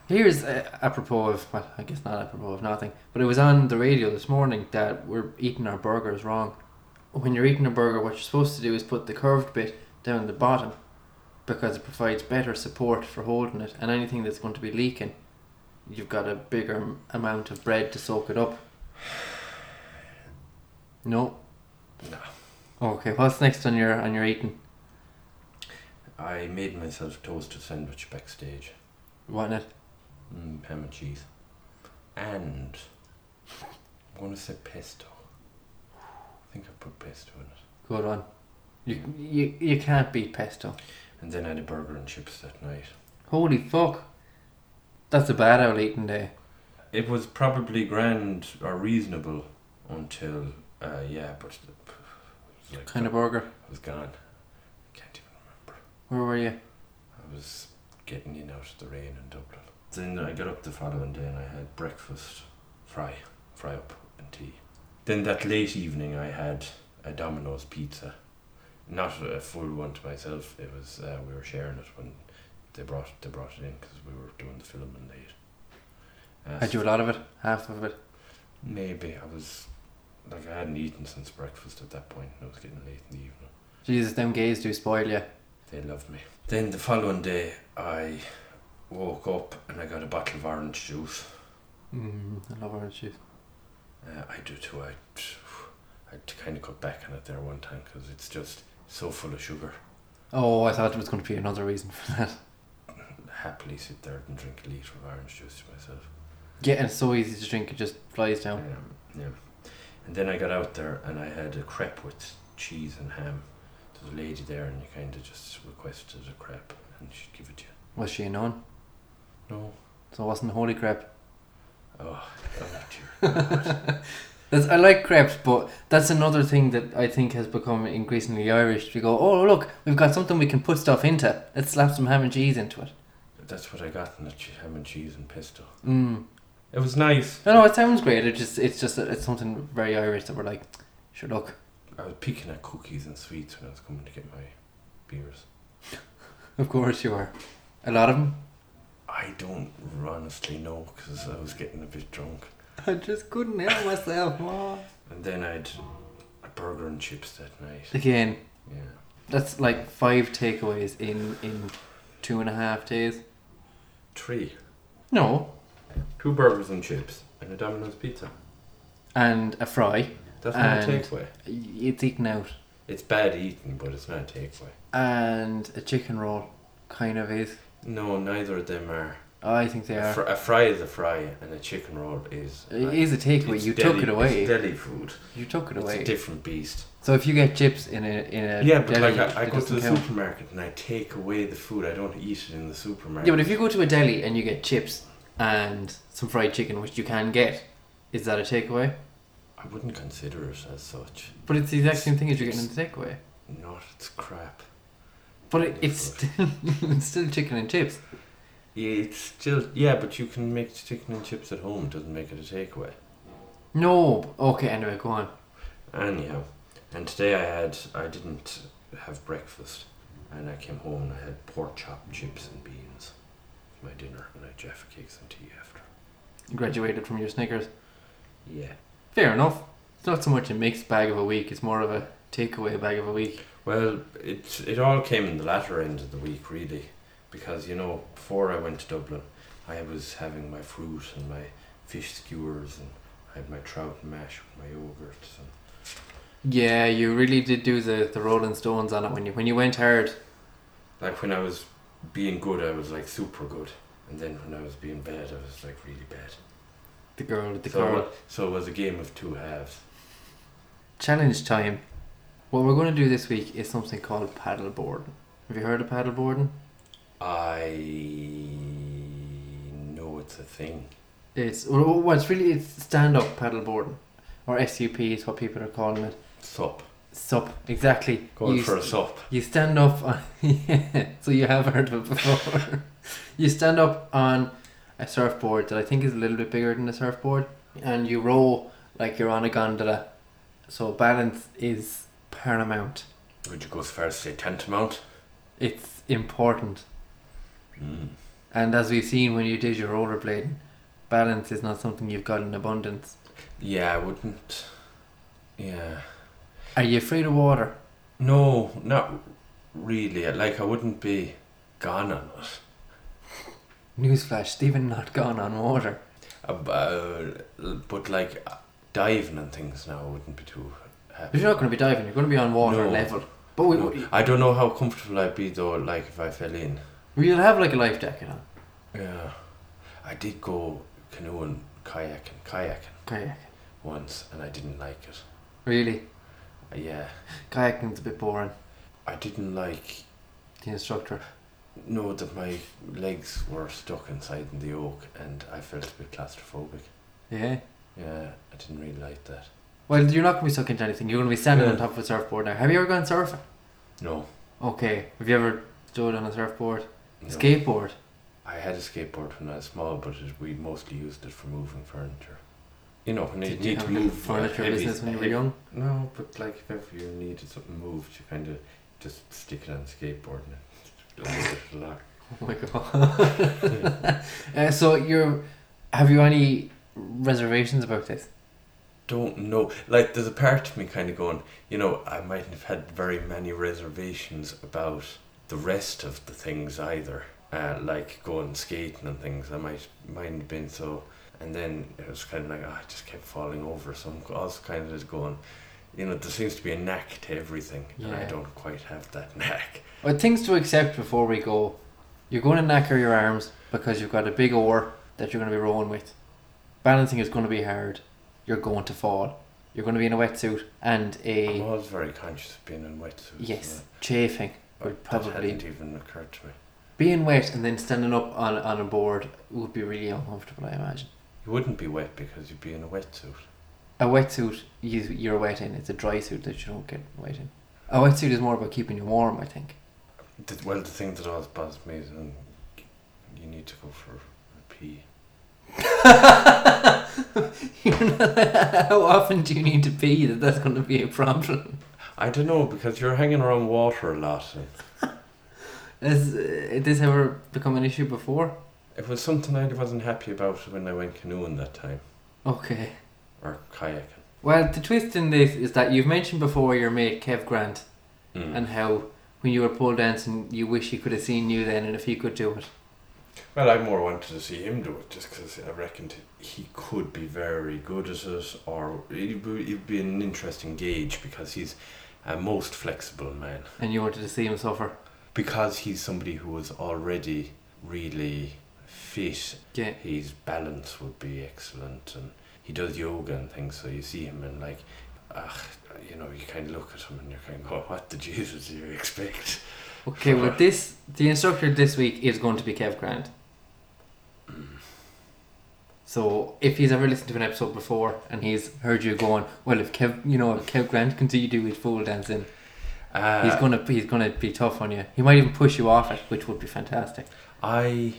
Speaker 1: Here's uh, apropos of, well, I guess not apropos of nothing, but it was on the radio this morning that we're eating our burgers wrong. When you're eating a burger, what you're supposed to do is put the curved bit down the bottom because it provides better support for holding it, and anything that's going to be leaking, you've got a bigger m- amount of bread to soak it up. *sighs* No.
Speaker 2: No.
Speaker 1: Okay, what's next on your on your eating?
Speaker 2: I made myself a toasted sandwich backstage.
Speaker 1: What not?
Speaker 2: Mm, ham and cheese. And I'm going to say pesto. I think I put pesto in it.
Speaker 1: Good one. You you you can't beat pesto.
Speaker 2: And then I had a burger and chips that night.
Speaker 1: Holy fuck. That's a bad old eating day.
Speaker 2: It was probably grand or reasonable until, uh, yeah, but it was like
Speaker 1: Kind of burger.
Speaker 2: I was gone. I can't even remember.
Speaker 1: Where were you?
Speaker 2: I was getting in out of the rain in Dublin. Then I got up the following day and I had breakfast, fry, fry up, and tea. Then that late evening I had a Domino's pizza. Not a full one to myself. It was uh, we were sharing it when they brought they brought it in because we were doing the film and late. Uh,
Speaker 1: Had you a lot of it? Half of it?
Speaker 2: Maybe I was like I hadn't eaten since breakfast at that point, and it was getting late in the evening.
Speaker 1: Jesus, them gays do spoil you.
Speaker 2: They love me. Then the following day, I woke up and I got a bottle of orange juice.
Speaker 1: Mm, I love orange juice.
Speaker 2: Uh, I do too. I, I kind of cut back on it there one time because it's just so full of sugar.
Speaker 1: Oh, I thought it was going to be another reason for that. *laughs*
Speaker 2: Happily sit there and drink a litre of orange juice to myself.
Speaker 1: Yeah, and it's so easy to drink, it just flies down.
Speaker 2: Um, yeah. And then I got out there and I had a crepe with cheese and ham. There's a lady there and you kind of just requested a crepe and she'd give it to
Speaker 1: Was she known?
Speaker 2: you. No.
Speaker 1: So it wasn't holy crepe.
Speaker 2: Oh, oh dear.
Speaker 1: *laughs* That's, I like crepes, but that's another thing that I think has become increasingly Irish. We go, oh, look, we've got something we can put stuff into. Let's slap some ham and cheese into it.
Speaker 2: That's what I got in the che- ham and cheese and pesto.
Speaker 1: Mm.
Speaker 2: It was nice.
Speaker 1: No, no, it sounds great. It just, it's just, that it's something very Irish that we're like, sure, look, *laughs*
Speaker 2: I was picking at cookies and sweets when I was coming to get my beers.
Speaker 1: of course you are. A lot of them.
Speaker 2: I don't honestly know because I was getting a bit drunk.
Speaker 1: *laughs* I just couldn't help myself. Oh.
Speaker 2: And then I'd a burger and chips that night.
Speaker 1: Again,
Speaker 2: Yeah.
Speaker 1: that's like five takeaways in in two and a half days.
Speaker 2: Three.
Speaker 1: No,
Speaker 2: Two burgers and chips and a Domino's pizza.
Speaker 1: and a fry.
Speaker 2: That's not a
Speaker 1: And-
Speaker 2: takeaway.
Speaker 1: It's eaten out,
Speaker 2: It's bad eating, but it's not a takeaway.
Speaker 1: and a chicken roll, kind of is.
Speaker 2: No, neither of them are.
Speaker 1: I think they
Speaker 2: A, fr-
Speaker 1: are.
Speaker 2: a fry is a fry and a chicken roll is.
Speaker 1: It is a takeaway.
Speaker 2: it's
Speaker 1: You
Speaker 2: deli-
Speaker 1: took it away.
Speaker 2: It's deli food.
Speaker 1: You took it
Speaker 2: It's a
Speaker 1: away.
Speaker 2: different beast.
Speaker 1: So if you get chips in a in a
Speaker 2: Yeah, but
Speaker 1: deli,
Speaker 2: like I, I
Speaker 1: it
Speaker 2: go to
Speaker 1: doesn't
Speaker 2: the
Speaker 1: count.
Speaker 2: supermarket and I take away the food. I don't eat it in the supermarket.
Speaker 1: Yeah, but if you go to a deli and you get chips and some fried chicken, which you can get, is that a takeaway?
Speaker 2: I wouldn't consider it as such.
Speaker 1: But it's the exact same thing as you're getting in the takeaway.
Speaker 2: Not it's crap.
Speaker 1: But it, it's still *laughs* it's still chicken and chips.
Speaker 2: It's still yeah, but you can make chicken and chips at home. It doesn't make it a takeaway.
Speaker 1: No, okay. Anyway, go on.
Speaker 2: Anyhow, and today I had I didn't have breakfast, and I came home and I had pork chop, chips, and beans. for My dinner and I had jaffa cakes and tea after.
Speaker 1: You graduated from your Snickers.
Speaker 2: Yeah.
Speaker 1: Fair enough. It's not so much a mixed bag of a week. It's more of a takeaway bag of a week.
Speaker 2: Well, it it all came in the latter end of the week, really, because you know, before I went to Dublin, I was having my fruit and my fish skewers and I had my trout mash with my yogurts and
Speaker 1: Yeah, you really did do the, the Rolling Stones on it when you when you went hard.
Speaker 2: like when I was being good I was like super good and then when I was being bad I was like really bad.
Speaker 1: The girl with the
Speaker 2: so,
Speaker 1: curl.
Speaker 2: it- so it was a game of two halves.
Speaker 1: Challenge time. What we're going to do this week is something called paddleboarding. Have you heard of paddleboarding?
Speaker 2: I know it's a thing.
Speaker 1: It's well, well, it's really it's stand up paddleboarding, or SUP is what people are calling it.
Speaker 2: Sup.
Speaker 1: Sup, exactly.
Speaker 2: Going
Speaker 1: You
Speaker 2: for a sup.
Speaker 1: You stand up on *laughs* yeah, so you have heard of it before. *laughs* you stand up on a surfboard that I think is a little bit bigger than a surfboard and you row like you're on a gondola. So balance is paramount.
Speaker 2: Would you go as far as say tantamount?
Speaker 1: It's important.
Speaker 2: Mm.
Speaker 1: And as we've seen when you did your rollerblading, balance is not something you've got in abundance.
Speaker 2: Yeah, I wouldn't. Yeah.
Speaker 1: Are you afraid of water?
Speaker 2: No, not really. Like, I wouldn't be gone on it.
Speaker 1: Newsflash, Stephen not gone on water.
Speaker 2: About, uh, but, like, diving and things now I wouldn't be too happy.
Speaker 1: But you're not going to be diving, you're going to be on water
Speaker 2: No.
Speaker 1: level. But we,
Speaker 2: No, I don't know how comfortable I'd be, though, like, if I fell in.
Speaker 1: we'll have like a life jacket on.
Speaker 2: Yeah. I did go canoeing, kayaking, kayaking
Speaker 1: Kayak.
Speaker 2: once, and I didn't like it.
Speaker 1: Really?
Speaker 2: Yeah.
Speaker 1: Kayaking's a bit boring.
Speaker 2: I didn't like
Speaker 1: The instructor.
Speaker 2: know that my legs were stuck inside in the oak and I felt a bit claustrophobic.
Speaker 1: Yeah.
Speaker 2: Yeah, I didn't really like that.
Speaker 1: Well, you're not gonna be stuck into anything. You're gonna be standing on
Speaker 2: Yeah.
Speaker 1: top of a surfboard now. Have you ever gone surfing?
Speaker 2: No.
Speaker 1: Okay. Have you ever stood on a surfboard?
Speaker 2: no.
Speaker 1: Skateboard.
Speaker 2: I had a skateboard when I was small, but it, we mostly used it for moving furniture. You know, when you
Speaker 1: Did
Speaker 2: need
Speaker 1: have
Speaker 2: to
Speaker 1: a
Speaker 2: move uh,
Speaker 1: furniture
Speaker 2: heavy-
Speaker 1: business when you were
Speaker 2: heavy- *laughs*
Speaker 1: young?
Speaker 2: No, but like if ever you needed something moved, you kind of just stick it on the skateboard and it doesn't get a lot.
Speaker 1: Oh my god. *laughs* uh, so you're. Have you any reservations about this?
Speaker 2: Don't know. Like, there's a part of me kind of going, you know, I mightn't have had very many reservations about the rest of the things either. Uh, like going skating and things, I might mind have been so. And then it was kind of like, ah, I just kept falling over. So I'm also kind of just going, you know, there seems to be a knack to everything, and I
Speaker 1: Yeah.
Speaker 2: don't quite have that *laughs* knack.
Speaker 1: Well, things to accept before we go. You're going to knacker your arms because you've got a big oar that you're going to be rowing with. Balancing is going to be hard. You're going to fall. You're going to be in a wetsuit and
Speaker 2: I'm
Speaker 1: a
Speaker 2: always very conscious of being in
Speaker 1: Eh.
Speaker 2: wetsuits.
Speaker 1: yes chafing.
Speaker 2: and I-
Speaker 1: would
Speaker 2: That
Speaker 1: probably
Speaker 2: hadn't even occurred to me.
Speaker 1: being wet and then standing up on on a board would be really uncomfortable. I imagine
Speaker 2: You wouldn't be wet because you'd be in a wetsuit.
Speaker 1: a wetsuit you you're wet in. It's a dry suit that you don't get wet in. A wetsuit is more about keeping you warm. I think.
Speaker 2: The, well, the thing that always bothers me is when you need to go for a pee.
Speaker 1: *laughs* You're not- How often do you need to pee that that's going to be a problem?
Speaker 2: I don't know because you're hanging around water a lot. And
Speaker 1: Has uh, this ever become an issue before?
Speaker 2: it was something I wasn't happy about when I went canoeing that time
Speaker 1: Okay.
Speaker 2: or kayaking.
Speaker 1: Well, the twist in this is that you've mentioned before your mate Kev Grant
Speaker 2: Mm.
Speaker 1: and how when you were pole dancing, you wish he could have seen you then and if he could do it.
Speaker 2: well, I more wanted to see him do it just because I reckoned he could be very good at it, or it'd be, it'd be an interesting gauge because he's a most flexible man.
Speaker 1: And you wanted to see him suffer.
Speaker 2: Because he's somebody who was already really fit
Speaker 1: Yeah.
Speaker 2: his balance would be excellent and he does yoga and things so you see him and like ah you know you kind of look at him and you're kind of going what the jesus do you expect
Speaker 1: Okay, well, this the instructor this week is going to be Kev Grant. So if he's ever listened to an episode before and he's heard you going, well, if Kev, you know, if Kev Grant can do his pole dancing,
Speaker 2: uh,
Speaker 1: he's gonna he's gonna be tough on you. He might even push you off it, which would be fantastic.
Speaker 2: i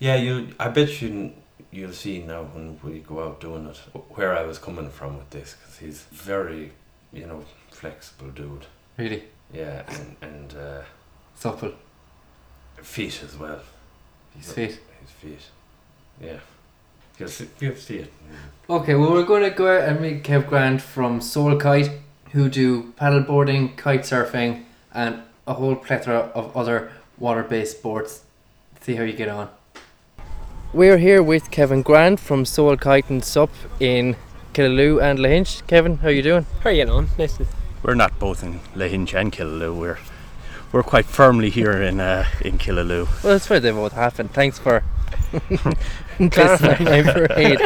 Speaker 2: yeah you i bet you you'll see now when we go out doing it where i was coming from with this because he's very you know flexible dude
Speaker 1: Really
Speaker 2: yeah and, and uh,
Speaker 1: supple.
Speaker 2: fit as well
Speaker 1: He's fit.
Speaker 2: his fit yeah you'll see, you'll see it
Speaker 1: Okay, well we're going to go out and meet Kev Grant from Soul Kite, who do paddleboarding, kite surfing, and a whole plethora of other water-based sports. See how you get on. We're here with Kevin Grant from Soul Chitin Sup in Killaloo and Lahinch. Kevin, how you doing?
Speaker 3: How are you getting on? Nice to
Speaker 4: We're not both in Lahinch and Killaloo. We're we're quite firmly here in uh, in Killaloo.
Speaker 1: Well, that's where they both happened. Thanks *laughs* for clarifying my *laughs* parade.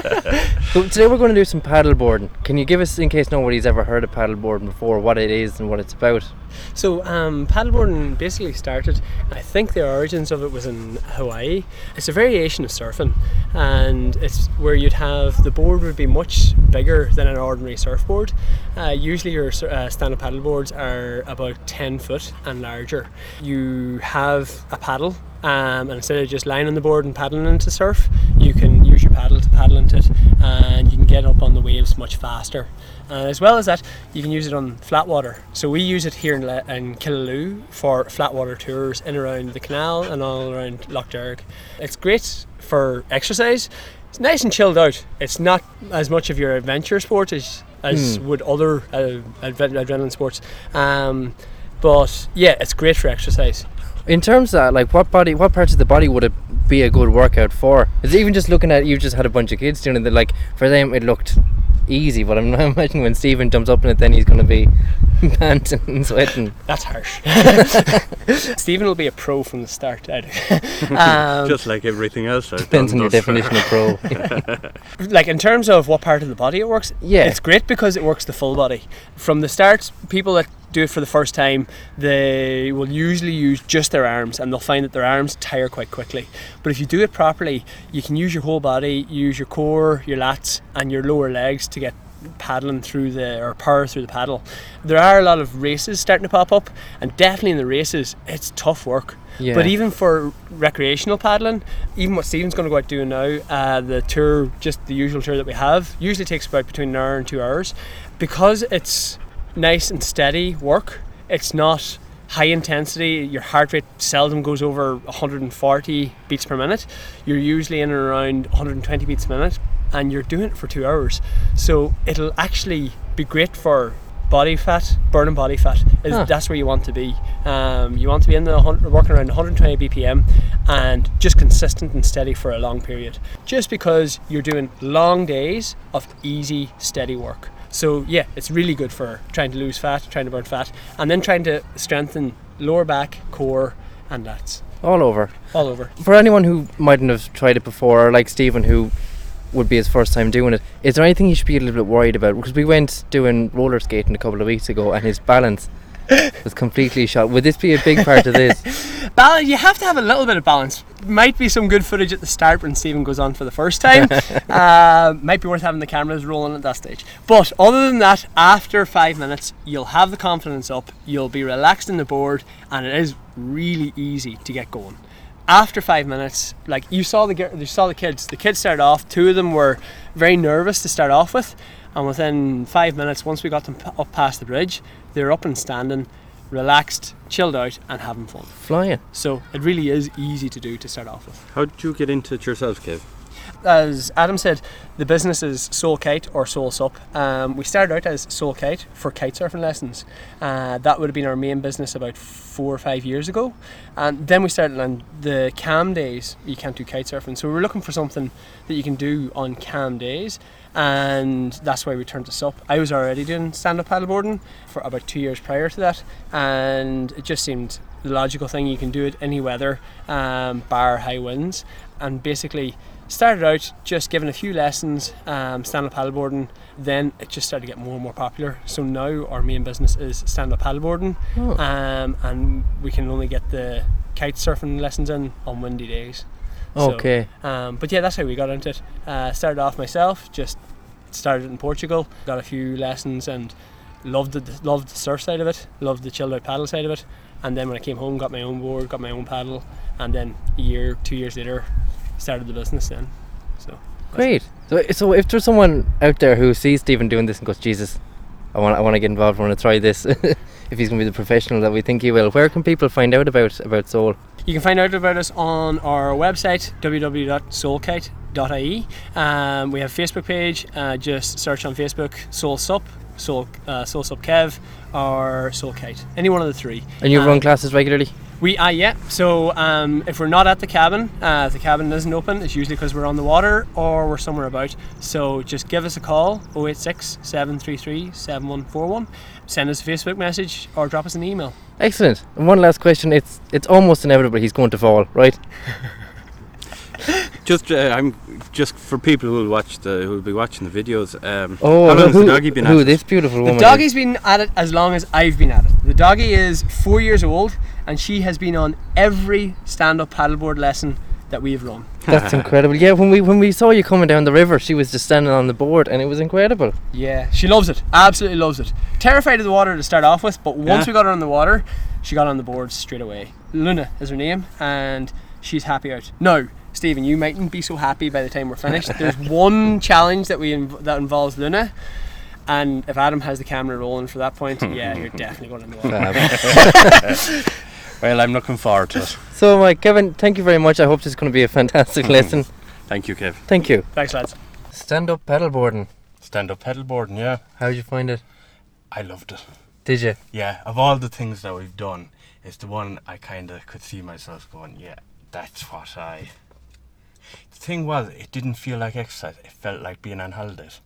Speaker 1: so today we're going to do some paddleboarding. Can you give us, in case nobody's ever heard of paddleboarding before, what it is and what it's about?
Speaker 3: So, um, paddleboarding basically started, I think the origins of it was in Hawaii. It's a variation of surfing, and it's where you'd have the board would be much bigger than an ordinary surfboard. Uh, usually, your sur- uh, stand up paddleboards are about 10 foot and larger. You have a paddle. Um, and instead of just lying on the board and paddling into surf, you can use your paddle to paddle into it, and you can get up on the waves much faster. And as well as that, you can use it on flat water. So we use it here in, Le- in Killaloo for flat water tours in and around the canal and all around Loch Derg. It's great for exercise. It's nice and chilled out. It's not as much of your adventure sport as, as would other uh, adve- adrenaline sports. Um, but yeah, it's great for exercise.
Speaker 1: In terms of that, like what body, what parts of the body would it be a good workout for? Is it even just looking at you just had a bunch of kids doing it? That like for them it looked easy, but I'm *laughs* imagining when Stephen jumps up in it, then he's going to be *laughs* panting and sweating.
Speaker 3: That's harsh. *laughs* Stephen will be a pro from the start. I do. um,
Speaker 4: Just like everything else. I've
Speaker 1: Depends on
Speaker 4: done
Speaker 1: your
Speaker 4: thus far.
Speaker 1: definition of pro. *laughs*
Speaker 3: like in terms of what part of the body it works
Speaker 1: Yeah.
Speaker 3: it's great because it works the full body from the start people that do it for the first time they will usually use just their arms and they'll find that their arms tire quite quickly but if you do it properly you can use your whole body use your core your lats and your lower legs to get paddling through the or power through the paddle there are a lot of races starting to pop up and definitely in the races it's tough work
Speaker 1: Yeah.
Speaker 3: but even for recreational paddling, even what Stephen's going to go out doing now, uh, the tour, just the usual tour that we have, usually takes about between an hour and two hours. Because it's nice and steady work, it's not high intensity, your heart rate seldom goes over 140 beats per minute. You're usually in and around 120 beats a minute, and you're doing it for two hours. So it'll actually be great for body fat, burning body fat. Is,
Speaker 1: Huh.
Speaker 3: That's where you want to be. Um, you want to be in the hun- working around 120 BPM and just consistent and steady for a long period. Just because you're doing long days of easy, steady work. So yeah, it's really good for trying to lose fat, trying to burn fat, and then trying to strengthen lower back, core, and lats
Speaker 1: All over.
Speaker 3: all over.
Speaker 1: For anyone who mightn't have tried it before, or like Stephen, who would be his first time doing it, is there anything he should be a little bit worried about? Because we went doing roller skating a couple of weeks ago, and his balance was completely shot. Would this be a big part of this?
Speaker 3: Bal you have to have a little bit of balance. Might be some good footage at the start when Stephen goes on for the first time. uh, might be worth having the cameras rolling at that stage. But other than that, after five minutes, you'll have the confidence up, you'll be relaxed in the board, and it is really easy to get going. After five minutes, like you saw the gir- you saw the kids. The kids started off. Two of them were very nervous to start off with, and within five minutes, once we got them p- up past the bridge, they were up and standing, relaxed, chilled out, and having fun.
Speaker 1: Flying.
Speaker 3: So it really is easy to do to start off with.
Speaker 4: How did you get into it yourself, Kev?
Speaker 3: As Adam said, the business is Soul Kite or Soul Sup. Um, we started out as Soul Kite for kite surfing lessons. Uh, that would have been our main business about four or five years ago. And then we started on the cam days. You can't do kite surfing. So we were looking for something that you can do on cam days. And that's why we turned to SUP. I was already doing stand up paddleboarding for about two years prior to that. And it just seemed the logical thing. You can do it any weather, um, bar high winds. And basically, started out just giving a few lessons, um, stand up paddleboarding. Then it just started to get more and more popular. So now our main business is stand up paddleboarding,
Speaker 1: Oh.
Speaker 3: um, and we can only get the kite surfing lessons in on windy days. So,
Speaker 1: Okay.
Speaker 3: um, but yeah, that's how we got into it. Uh, started off myself, just started in Portugal, got a few lessons and loved it, loved the surf side of it, loved the chilled out paddle side of it. And then when I came home, got my own board, got my own paddle, and then a year, two years later, started the business then. So
Speaker 1: Great. So, so if there's someone out there who sees Stephen doing this and goes, Jesus, I want, I want to get involved. I want to try this. *laughs* if he's going to be the professional that we think he will, where can people find out about about Soul?
Speaker 3: You can find out about us on our website E. www.soulkite.ie. Um, we have a Facebook page. Uh, just search on Facebook Soul Sup Soul, uh, Soul Sub Kev, or Soul Kite. Any one of the three.
Speaker 1: And you
Speaker 2: Uh,
Speaker 3: Um,
Speaker 1: run classes regularly?
Speaker 3: We uh, yeah. So um, if we're not at the cabin, uh, if the cabin isn't open, it's usually because we're on the water or we're somewhere about. So just give us a call 086 733 7141. Send us a Facebook message or drop us an email.
Speaker 1: Excellent. And one last question. It's it's almost inevitable he's going to fall, right?
Speaker 2: Just, uh, I'm just for people who will watch the who will be watching the videos. Um,
Speaker 1: Oh,
Speaker 2: how
Speaker 1: look
Speaker 2: long's
Speaker 1: who,
Speaker 2: the doggy been
Speaker 1: who
Speaker 2: at? it?
Speaker 1: this beautiful
Speaker 3: The
Speaker 1: woman. is.
Speaker 3: doggy's been at it as long as I've been at it. The doggy is four years old and she has been on every stand up paddleboard lesson that we've run.
Speaker 1: *laughs* That's incredible. Yeah, when we when we saw you coming down the river, she was just standing on the board, and it was
Speaker 2: *laughs*
Speaker 1: incredible. *laughs*
Speaker 3: Yeah, she loves it. Absolutely loves it. Terrified of the water to start off with, but once
Speaker 2: Yeah.
Speaker 3: we got her on the water, she got on the board straight away. Luna is her name, and she's happy out. No, Stephen, you mightn't be so happy by the time we're finished. There's one challenge that we inv- that involves Luna, and if Adam has the camera rolling for that point, yeah, you're definitely going in the water.
Speaker 1: Fab.
Speaker 2: Well, I'm looking forward to it.
Speaker 1: so, Mike, Kevin, thank you very much. I hope this is going to be a fantastic lesson.
Speaker 2: Mm-hmm. Thank you, Kev.
Speaker 1: Thank you.
Speaker 3: Thanks, lads.
Speaker 1: Stand up paddleboarding.
Speaker 2: Stand up pedalboarding, yeah,
Speaker 1: How did you find it?
Speaker 2: I loved it.
Speaker 1: Did you?
Speaker 2: Yeah, of all the things that we've done, it's the one I kind of could see myself going, yeah, that's what I. The thing was, it didn't feel like exercise. It felt like being on holidays.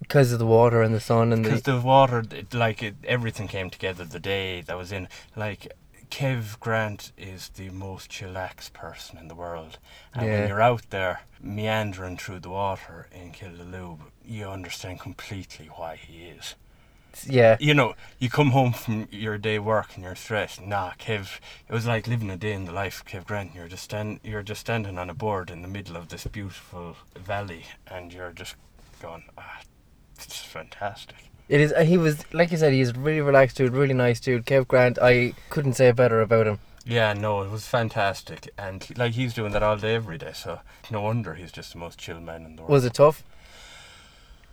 Speaker 1: Because of the water and the sun and
Speaker 2: Because
Speaker 1: the.
Speaker 2: the water, it, like it, everything came together the day that was in. Like Kev Grant is the most chillaxed person in the world, and
Speaker 1: Yeah.
Speaker 2: when you're out there meandering through the water in Killaloob, you understand completely why he is.
Speaker 1: Yeah.
Speaker 2: You know, you come home from your day work and you're stressed. Nah, Kev, it was like living a day in the life of Kev Grant. You're just stand, you're just standing on a board in the middle of this beautiful valley, and you're just going, ah, it's fantastic.
Speaker 1: It is. He was like you said. He is really relaxed dude. Really nice dude. Kev Grant. I couldn't say better about him.
Speaker 2: Yeah, no, it was fantastic, and like he's doing that all day, every day. So no wonder he's just the most chill man in the world.
Speaker 1: Was it tough?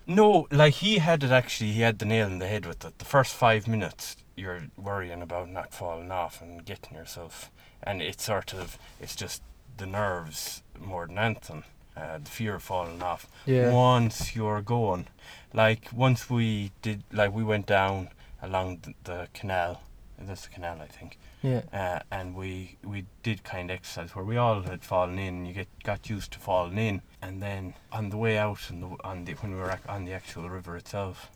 Speaker 2: No, like he had it actually. He had the nail in the head with it. The first five minutes, you're worrying about not falling off and getting yourself, and it's sort of it's just the nerves more than anything. Uh, the fear of falling off.
Speaker 1: Yeah.
Speaker 2: Once you're going, like once we did, like we went down along the, the canal. That's the canal, I think
Speaker 1: Yeah.
Speaker 2: uh, and we we did kind of exercise where we all had fallen in. You get got used to falling in, and then on the way out and the, on the when we were ac- on the actual river itself,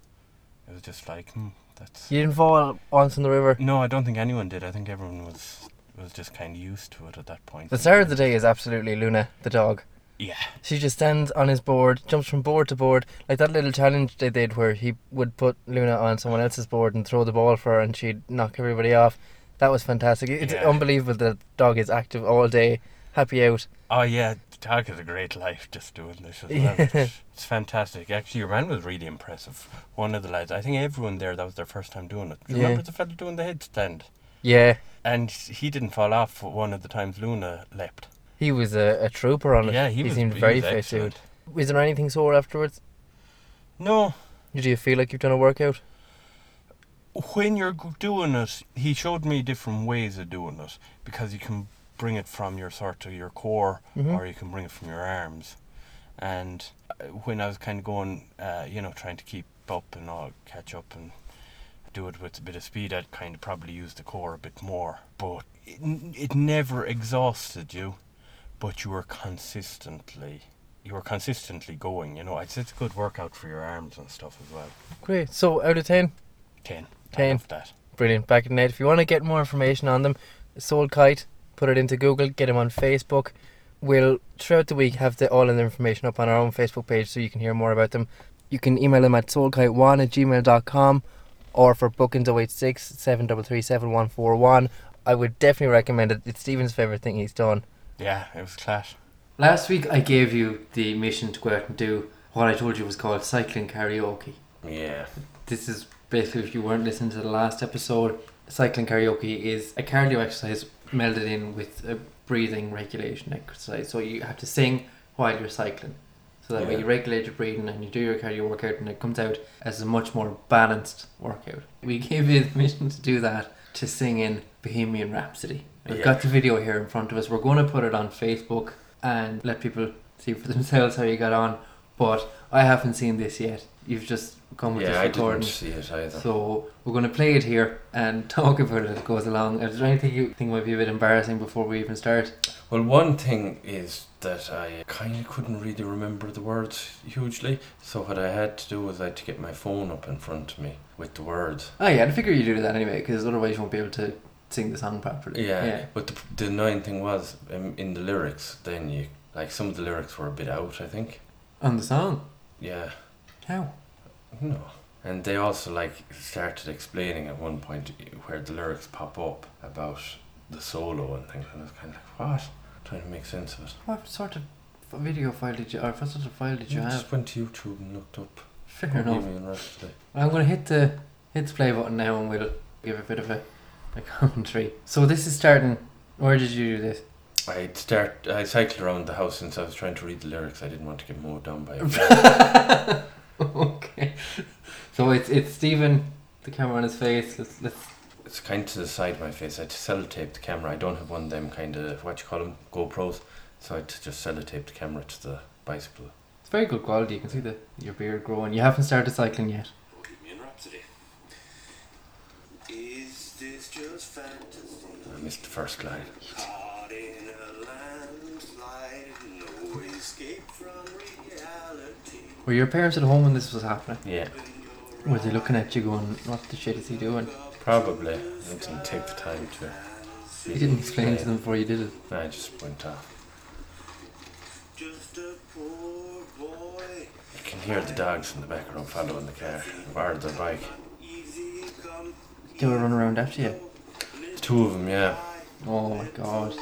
Speaker 2: it was just like hmm, that's.
Speaker 1: You didn't fall once in the river.
Speaker 2: No, I don't think anyone did. I think everyone was was just kind of used to it at that point.
Speaker 1: The star of the day is absolutely Luna, the dog.
Speaker 2: Yeah.
Speaker 1: She just stands on his board, jumps from board to board, like that little challenge they did where he would put Luna on someone else's board and throw the ball for her and she'd knock everybody off. That was fantastic. It's
Speaker 2: Yeah.
Speaker 1: unbelievable that dog is active all day, happy out.
Speaker 2: Oh yeah, the dog is a great life just doing this as well.
Speaker 1: *laughs* Yeah.
Speaker 2: It's fantastic. Actually, your man was really impressive. One of the lads, I think everyone there, that was their first time doing it. Do you
Speaker 1: Yeah.
Speaker 2: remember the fella doing the headstand?
Speaker 1: Yeah,
Speaker 2: And he didn't fall off one of the times Luna leapt.
Speaker 1: he was a, a trooper on it.
Speaker 2: Yeah, he, was,
Speaker 1: seemed
Speaker 2: he
Speaker 1: very
Speaker 2: was
Speaker 1: fit,
Speaker 2: excellent.
Speaker 1: dude. Was there anything sore afterwards?
Speaker 2: No,
Speaker 1: Did you feel like you've done a workout?
Speaker 2: when you're g- doing it, he showed me different ways of doing it because you can bring it from your sort of your core
Speaker 1: Mhm.
Speaker 2: or you can bring it from your arms. And uh, when I was kind of going, uh, you know, trying to keep up and all, catch up and do it with a bit of speed, I'd kind of probably use the core a bit more. But it, n- it never exhausted you, but you were consistently. You were consistently going, you know. It's, it's a good workout for your arms and stuff as well.
Speaker 1: Great. So, out of 10,
Speaker 2: Ten. I
Speaker 1: Ten.
Speaker 2: love that.
Speaker 1: Brilliant. Back in the net. If you want to get more information on them, Soul Kite, put it into Google, get him on Facebook. We'll throughout the week have the, all of the information up on our own Facebook page so you can hear more about them. You can email them at soulkite1 at gmail.com or for bookings 086 733 7141. I would definitely recommend it. It's Stephen's favourite thing he's done.
Speaker 2: Yeah, it was clash.
Speaker 5: Last week I gave you the mission to go out and do what I told you was called cycling karaoke.
Speaker 6: Yeah.
Speaker 5: This is basically if you weren't listening to the last episode, cycling karaoke is a cardio exercise melded in with a breathing regulation exercise. So you have to sing while you're cycling. So that way
Speaker 6: Yeah.
Speaker 5: you regulate your breathing and you do your cardio workout and it comes out as a much more balanced workout. We *laughs* gave you the mission to do that to sing in Bohemian Rhapsody. We've
Speaker 6: Yeah.
Speaker 5: got the video here in front of us. We're going to put it on Facebook and let people see for themselves how you got on.
Speaker 1: but I haven't seen this yet. You've just come with
Speaker 2: yeah,
Speaker 1: this
Speaker 2: I didn't
Speaker 1: recording.
Speaker 2: see it either.
Speaker 1: So we're going to play it here and *laughs* talk about it as it goes along. Is there anything you think might be a bit embarrassing before we even start?
Speaker 2: Well, one thing is that I kind of couldn't really remember the words hugely, so what I had to do was I had to get my phone up in front of me with the words.
Speaker 1: Oh yeah, I figure you do that anyway because otherwise you won't be able to sing the song properly.
Speaker 2: Yeah, but the, the annoying thing was um, in the lyrics, then you, like, some of the lyrics were a bit out, I think.
Speaker 1: On the song.
Speaker 2: Yeah,
Speaker 1: How?
Speaker 2: no. And they also, like, started explaining at one point where the lyrics pop up about the solo and things, and I was kind of like, what? Trying to make sense of it.
Speaker 1: What sort of f- video file did you, or what sort of file did you
Speaker 2: I
Speaker 1: have?
Speaker 2: Mm, just went to YouTube and looked up
Speaker 1: Fair enough.
Speaker 2: Bohemian Rhapsody.
Speaker 1: I'm gonna hit the hit the play button now, and we'll give a bit of a, a *laughs* commentary. So this is starting. Where did you do this?
Speaker 2: I'd start. I cycled around the house since I was trying to read the lyrics. I didn't want to get mowed down by. it.
Speaker 1: *laughs* okay. So it's it's Stephen, the camera on his face. Let's, let's
Speaker 2: it's kind of to the side of my face. I'd sellotape the camera. I don't have one of them kind of what you call them GoPros, so I'd just sellotape the camera to the bicycle.
Speaker 1: it's very good quality. You can see the your beard growing. You haven't started cycling yet.
Speaker 7: Bohemian Rhapsody. Is this just fantasy?
Speaker 2: I missed the first line.
Speaker 7: Caught in a landslide, no escape from reality.
Speaker 1: Were your parents at home when this was happening?
Speaker 2: Yeah,
Speaker 1: Were they looking at you going, "What the shit is he doing?"
Speaker 2: probably. I didn't take the time to.
Speaker 1: You didn't explain to them before you did it.
Speaker 2: I just went off.
Speaker 7: Just a poor boy,
Speaker 2: You can hear the dogs in the background following the car or the bike.
Speaker 7: easy come.
Speaker 1: They were running around after you.
Speaker 2: Two of them, yeah.
Speaker 1: Oh my god.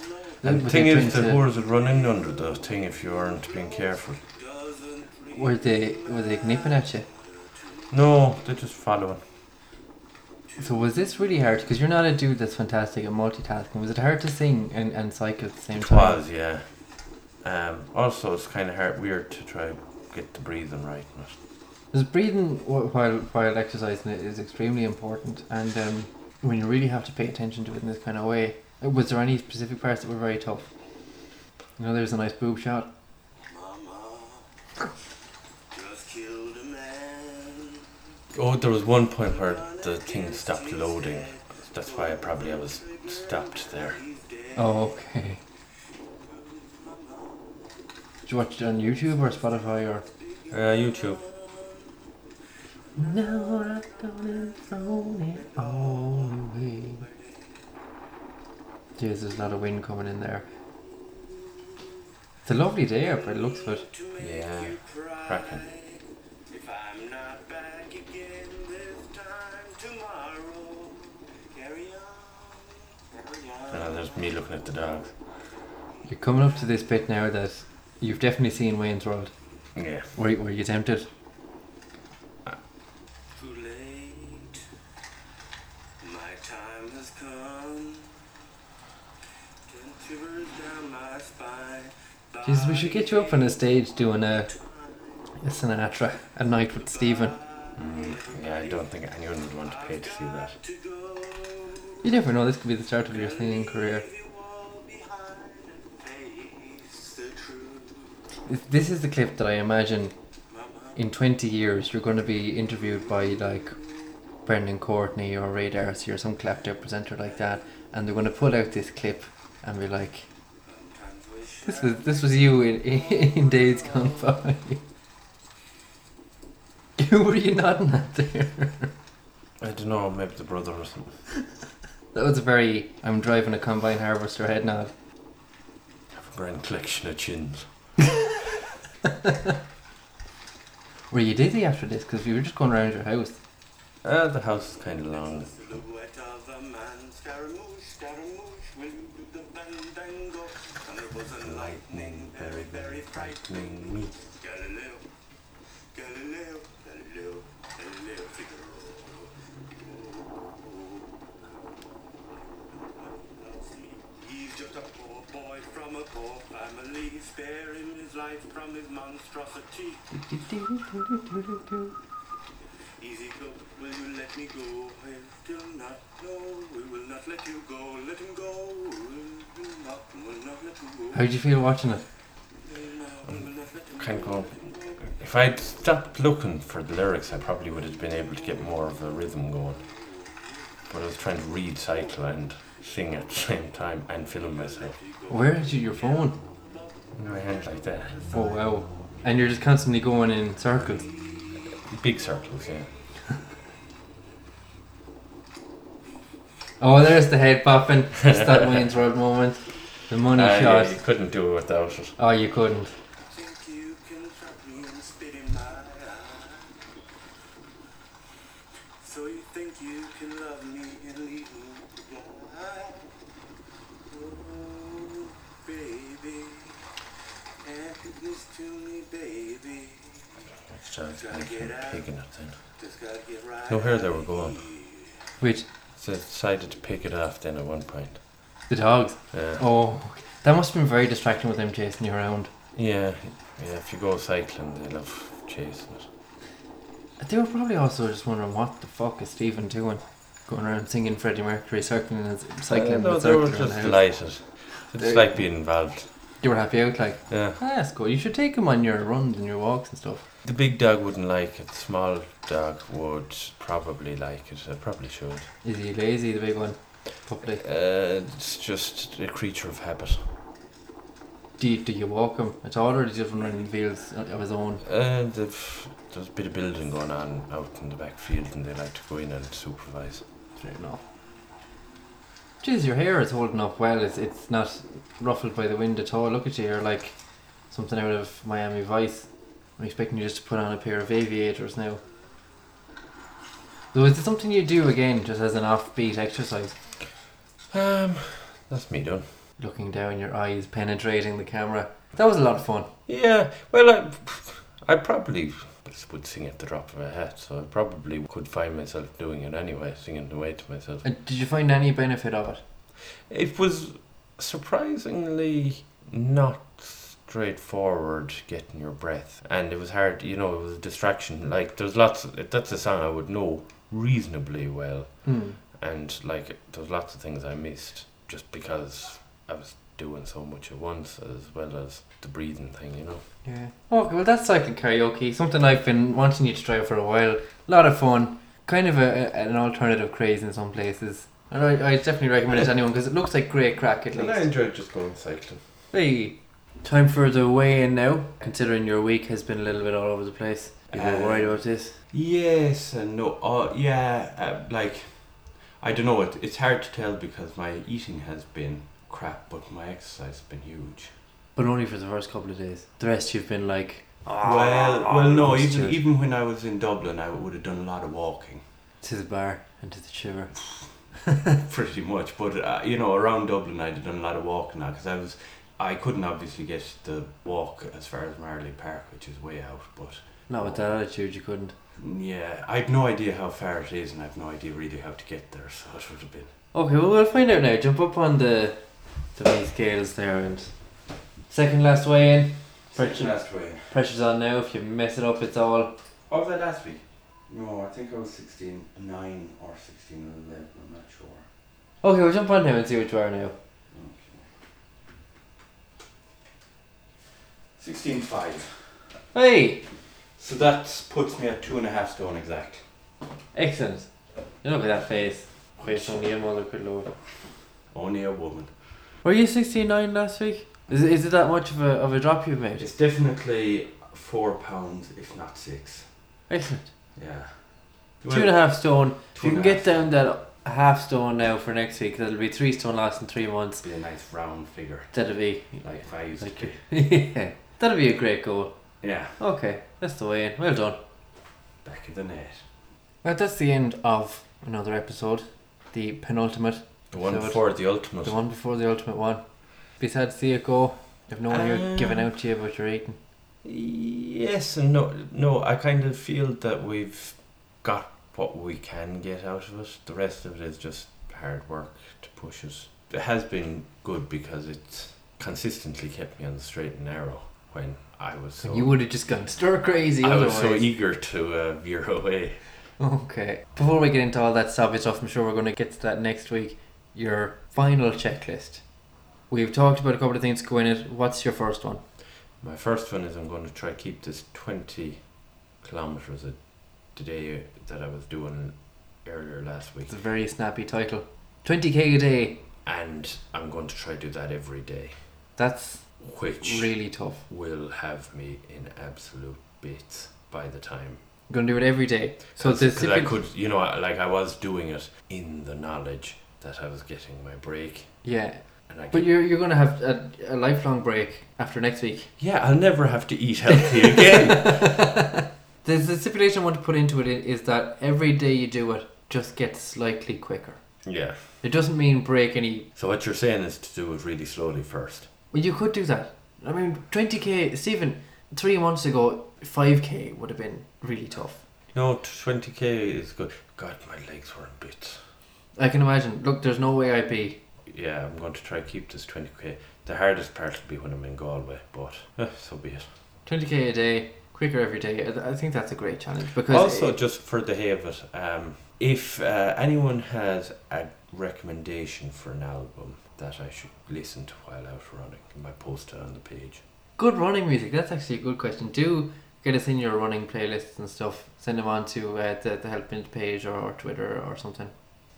Speaker 2: And the
Speaker 1: Were
Speaker 2: thing
Speaker 1: they
Speaker 2: is, the
Speaker 1: trying to-
Speaker 2: whores would run in under the thing if you weren't being careful.
Speaker 1: Were they were they nipping at you?
Speaker 2: No, they're just following.
Speaker 1: So was this really hard? Because you're not a dude that's fantastic at multitasking. Was it hard to sing and, and cycle at the same
Speaker 2: It
Speaker 1: time?
Speaker 2: was, yeah. Um, also, it's kind of hard, weird to try get the breathing right. and it-
Speaker 1: Because breathing wh- while while exercising i- is extremely important, and um, when you really have to pay attention to it in this kind of way, Uh, was there any specific parts that were very tough? You know, there's a nice boob shot.
Speaker 7: Mama just killed a man.
Speaker 2: Oh, there was one point where the thing stopped loading. That's why I probably I was stopped there.
Speaker 1: Oh, *laughs* okay. Did you watch it on YouTube or Spotify or?
Speaker 2: Uh, YouTube.
Speaker 1: Now I'm gonna throw it all away. Jeez, there's a lot of wind coming in there. It's a lovely day out by the looks of it.
Speaker 2: Yeah, cracking.
Speaker 7: If I'm not back again this time tomorrow, carry on, carry on.
Speaker 2: Uh, there's me looking at the dogs.
Speaker 1: You're coming up to this bit now that you've definitely seen Wayne's World.
Speaker 2: Yeah.
Speaker 1: Were you, were you tempted?
Speaker 7: Too late. My time has come. Ten shivers down my spine.
Speaker 1: Jesus, we should get you up on a stage doing a, a Sinatra, a night with Stephen.
Speaker 2: Yeah, I don't think anyone would want to pay to see that.
Speaker 1: You never know, this could be the start of your singing career.
Speaker 7: Leave you all behind and face the truth.
Speaker 1: This- This is the clip that I imagine
Speaker 7: Mama,
Speaker 1: in 20 years you're going to be interviewed by like Brendan Courtney or Ray Darcy or some clapped presenter like that and they're going to pull out this clip and be like
Speaker 7: sometimes we shine.
Speaker 1: this was this was you in, *laughs* in days gone by who were *laughs* you nodding at there *laughs*
Speaker 2: I don't know, maybe the brother or something.
Speaker 1: that was a very I'm driving a combine harvester head nod
Speaker 2: Have a grand collection of chins.
Speaker 1: were you dizzy after this because you were just going around your house
Speaker 2: Uh, the house is kind of long.
Speaker 7: Silhouette of a man, Scaramouche, Scaramouche, will you do the bandango? Thunderbolts and lightning, very, very frightening me. Galileo, Galileo, Galileo, Galileo, Figaro. He's just a poor boy from a poor family. Spare him his life from his monstrosity. Easy go, will you let me go? I do not know. We will not let you go. Let him go. We will not, will not let him go.
Speaker 1: how did you feel watching it
Speaker 7: We will not let him
Speaker 2: Kind of
Speaker 7: go.
Speaker 2: going. If I'd stopped looking for the lyrics, I probably would have been able to get more of a rhythm going. But I was trying to read, cycle, and sing at the same time and film myself.
Speaker 1: Where is your phone?
Speaker 2: In my hand like that.
Speaker 1: Oh wow! And you're just constantly going in circles.
Speaker 2: Big circles, yeah.
Speaker 1: Oh, there's the head popping. It's that Wayne's World moment. The money
Speaker 2: Ah,
Speaker 1: shot.
Speaker 2: yeah, you couldn't do it without it.
Speaker 1: Oh, you couldn't.
Speaker 7: Think you can trap me and spit in my eye. So you think you can love me and leave me blind? Oh, baby, and this to me, baby.
Speaker 2: So I was kind of picking it then.
Speaker 7: Just gotta get right.
Speaker 2: No, where they
Speaker 7: out
Speaker 2: were going.
Speaker 7: here.
Speaker 1: Wait,
Speaker 2: So I decided to pick it off then at one point. Uh,
Speaker 1: the dogs.
Speaker 2: Yeah.
Speaker 1: Oh, that must have been very distracting with them chasing you around.
Speaker 2: Yeah, yeah. If you go cycling, they love chasing it.
Speaker 1: They were probably also just wondering what the fuck is Stephen doing, going around singing Freddie Mercury, circling and cycling
Speaker 2: Uh, no,
Speaker 1: and
Speaker 2: they
Speaker 1: circling
Speaker 2: were
Speaker 1: around the
Speaker 2: just
Speaker 1: house.
Speaker 2: delighted. It's
Speaker 1: They-
Speaker 2: like being involved.
Speaker 1: You were happy out like,
Speaker 2: Yeah.
Speaker 1: ah, that's cool. You should take him on your runs and your walks and stuff.
Speaker 2: The big dog wouldn't like it. The small dog would probably like it. I probably should.
Speaker 1: Is he lazy, the big one? Puppy.
Speaker 2: Uh, it's just a creature of habit.
Speaker 1: Do you, do you walk him at all, or does he just run in fields of his own?
Speaker 2: Uh, they've- there's a bit of building going on out in the backfield, and they like to go in and supervise.
Speaker 1: Fair enough. Jeez, your hair is holding up well. It's it's not ruffled by the wind at all. Look at you, you're like something out of Miami Vice. I'm expecting you just to put on a pair of aviators now. So is it something you do again, just as an offbeat exercise?
Speaker 2: Um, that's me done.
Speaker 1: Looking down, your eyes penetrating the camera. That was a lot of fun.
Speaker 2: Yeah, well, I, I probably would sing at the drop of a hat, so I probably could find myself doing it anyway, singing away to myself.
Speaker 1: And Uh, did you find any benefit of it?
Speaker 2: It was surprisingly not straightforward getting your breath, and it was hard. You know, it was a distraction. Like there's lots. that's a song I would know reasonably well,
Speaker 1: Hmm.
Speaker 2: and like there's lots of things I missed just because I was doing so much at once, as well as the breathing thing. You know.
Speaker 1: Yeah. Okay, well, that's cycling karaoke. Something I've been wanting you to try for a while. A lot of fun. Kind of a, a- an alternative craze in some places. And I, I definitely recommend it to anyone because it looks like great crack at least.
Speaker 2: enjoyed just going cycling.
Speaker 1: Hey, time for the weigh in now. Considering your week has been a little bit all over the place, you were
Speaker 4: Uh,
Speaker 1: worried about this.
Speaker 4: Yes and no. Uh, yeah, uh, like I don't know. It, it's hard to tell because my eating has been crap, but my exercise has been huge.
Speaker 1: But only for the first couple of days. The rest you've been like. "Ah,
Speaker 4: well,
Speaker 1: ah,
Speaker 4: well, no.
Speaker 1: it's
Speaker 4: Even
Speaker 1: just
Speaker 4: even when I was in Dublin, I would have done a lot of walking, *laughs*
Speaker 1: To the bar and to the shiver.
Speaker 4: pretty much. But uh, you know, around Dublin, I'd have done a lot of walking now because I was. I couldn't obviously get the walk as far as Marley Park, which is way out, but
Speaker 1: Not with that attitude, you couldn't.
Speaker 4: yeah, I've no idea how far it is, and I've no idea really how to get there, so it would have been
Speaker 1: Okay, well we'll find out now. Jump up on the the main scales there and second last weigh in. Pressure,
Speaker 4: last way.
Speaker 1: pressure's on now. If you mess it up, it's all.
Speaker 4: Oh, was that last week? No, I think I was 16, 9 or 16 and 11, I'm not sure.
Speaker 1: Okay, we'll jump on now and see what you are now.
Speaker 4: 16, 5.
Speaker 1: Hey,
Speaker 4: So that puts me at two and a half stone exact.
Speaker 1: excellent. You look at that face. Face on your mother could lower.
Speaker 4: Only a woman.
Speaker 1: Were you sixty nine last week? Is it, is it that much of a of a drop you've made?
Speaker 4: It's definitely four pounds, if not six.
Speaker 1: Excellent.
Speaker 4: Yeah.
Speaker 1: two and a half stone. If
Speaker 4: two
Speaker 1: you
Speaker 4: and
Speaker 1: can
Speaker 4: a
Speaker 1: get
Speaker 4: half.
Speaker 1: down that half stone now for next week, that'll be three stone lost in three months.
Speaker 4: Be a nice round figure,
Speaker 1: That'll be.
Speaker 4: like if I used
Speaker 1: Like-
Speaker 4: to. be.
Speaker 1: *laughs* yeah, that'll be a great goal.
Speaker 4: Yeah,
Speaker 1: Okay, that's the way in. Well done.
Speaker 4: back of the net.
Speaker 1: Well, that's the end of another episode, the penultimate,
Speaker 2: The one
Speaker 1: So it-
Speaker 2: before the ultimate.
Speaker 1: the one before the ultimate one. Be sad to see it go. If no one here giving out to you about your eating,
Speaker 2: Yes and no. No, I kind of feel that we've got what we can get out of it. The rest of it is just hard work to push it. It has been good because it consistently kept me on the straight and narrow when I was so.
Speaker 1: you would have just gone stir crazy.
Speaker 2: I was
Speaker 1: Otherwise.
Speaker 2: so eager to uh, veer away.
Speaker 1: okay. Before we get into all that savage stuff, I'm sure we're going to get to that next week. Your final checklist. We've talked about a couple of things to go in it. What's your first one?
Speaker 2: My first one is I'm going to try keep this 20 kilometers a day that I was doing earlier last week,
Speaker 1: It's a very snappy title. 20k a day.
Speaker 2: and I'm going to try do that every day,
Speaker 1: That's
Speaker 2: which
Speaker 1: really tough.
Speaker 2: will have me in absolute bits by the time.
Speaker 1: I'm gonna do it every day. So it's a
Speaker 2: because I
Speaker 1: sipping-
Speaker 2: could, you know, I- like I was doing it in the knowledge that I was getting my break,
Speaker 1: yeah.
Speaker 2: and I
Speaker 1: But
Speaker 2: could,
Speaker 1: you're you're gonna have a, a lifelong break after next week.
Speaker 2: yeah, I'll never have to
Speaker 1: *laughs*
Speaker 2: eat healthy again.
Speaker 1: The, the stipulation I want to put into it i- is that every day you do it just gets slightly quicker.
Speaker 2: yeah.
Speaker 1: It doesn't mean break any.
Speaker 2: So what you're saying is to do it really slowly first.
Speaker 1: Well, you could do that. I mean, 20k, Stephen, three months ago, 5k would have been really tough.
Speaker 2: No, twenty k is good. God, my legs were in bits.
Speaker 1: I can imagine. Look, there's no way I'd be.
Speaker 2: Yeah, I'm going to try keep this twenty k. The hardest part will be when I'm in Galway, but eh, so be it.
Speaker 1: 20k a day, quicker every day. I, I think that's a great challenge because.
Speaker 2: Also, just for the hay of it, um, if uh, anyone has a recommendation for an album that I should listen to while out running, I might post it on the page.
Speaker 1: Good running music. That's actually a good question. Do get us in your running playlists and stuff. Send them on to uh, the, the Help Inch page or, or Twitter or something.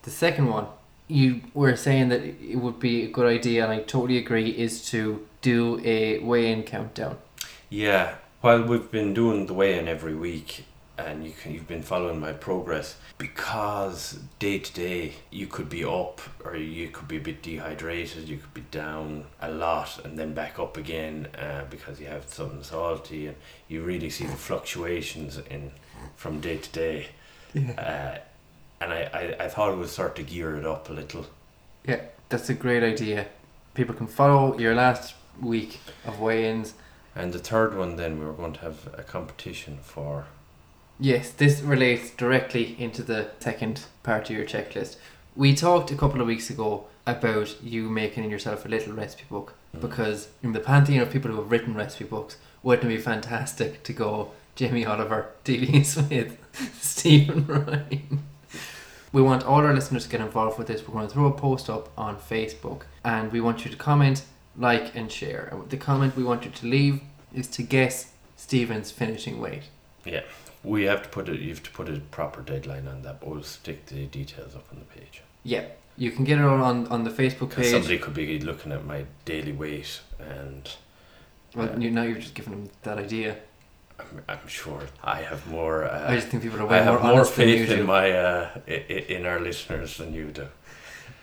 Speaker 1: The second one, you were saying that it would be a good idea, and I totally agree, is to do a weigh in countdown.
Speaker 2: Yeah, while we've been doing the weigh-in every week, and you can, you've been following my progress, because day to day you could be up, or you could be a bit dehydrated, you could be down a lot, and then back up again uh, because you have something salty, and you really see the fluctuations in from day to day. Uh, and I, I, I thought it would start to gear it up a little.
Speaker 1: That's a great idea. People can follow your last week of weigh ins.
Speaker 2: And the third one, then we were going to have a competition for
Speaker 1: Yes, this relates directly into the second part of your checklist. We talked a couple of weeks ago about you making yourself a little recipe book because in the pantheon of people who have written recipe books, wouldn't it be fantastic to go Jamie Oliver, Dealey *laughs* Smith, Stephen Ryan? We want all our listeners to get involved with this. We're going to throw a post up on Facebook and we want you to comment, like, and share. And the comment we want you to leave is to guess Stephen's finishing weight.
Speaker 2: We have to put it. You have to put a proper deadline on that, but we'll stick the details up on the page.
Speaker 1: Yeah, you can get it all on, on the Facebook
Speaker 2: 'Cause
Speaker 1: page.
Speaker 2: somebody could be looking at my daily weight, and
Speaker 1: well, you, now you've just given them that idea.
Speaker 2: I'm, I'm sure I have more. Uh,
Speaker 1: I just think people are
Speaker 2: I
Speaker 1: way more
Speaker 2: have more
Speaker 1: honest than you
Speaker 2: faith in
Speaker 1: do.
Speaker 2: my uh, i- i- in our listeners than you do.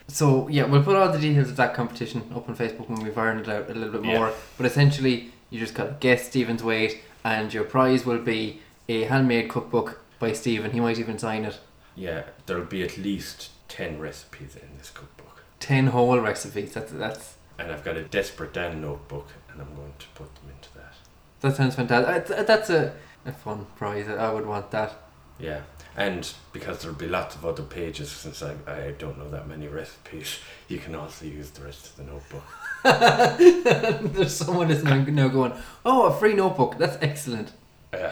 Speaker 1: So yeah, we'll put all the details of that competition up on Facebook when we've ironed it out a little bit
Speaker 2: Yeah.
Speaker 1: more. But essentially, you just got to guess Stephen's weight, and your prize will be a handmade cookbook by Stephen. He might even sign it.
Speaker 2: Yeah, there'll be at least ten recipes in this cookbook,
Speaker 1: Ten whole recipes. That's that's
Speaker 2: and I've got a desperate Dan notebook, and I'm going to put them into that.
Speaker 1: that sounds fantastic. Uh, That's a, a fun prize. I I would want that.
Speaker 2: Yeah, and because there'll be lots of other pages, since I I don't know that many recipes, *laughs* you can also use the rest of the notebook.
Speaker 1: *laughs* There's someone listening now going, "Oh, a free notebook. That's excellent." *laughs*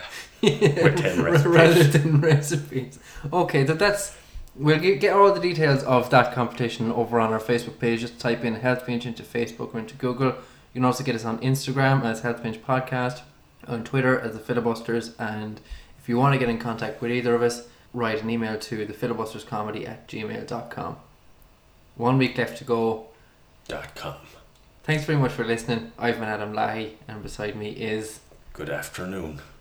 Speaker 2: Yeah.
Speaker 1: with *laughs*
Speaker 2: ten
Speaker 1: rather
Speaker 2: recipes.
Speaker 1: than recipes. Okay, so that's we'll ge- get all the details of that competition over on our Facebook page. Just type in Health Pinch into Facebook or into Google. You can also get us on Instagram as Health Pinch Podcast, on Twitter as the Filibusters, and if you want to get in contact with either of us, write an email to thefilibusterscomedy at gmail.com. One week left to go.
Speaker 2: dot com.
Speaker 1: Thanks very much for listening. I've been Adam Lahey, and beside me is
Speaker 2: Good afternoon.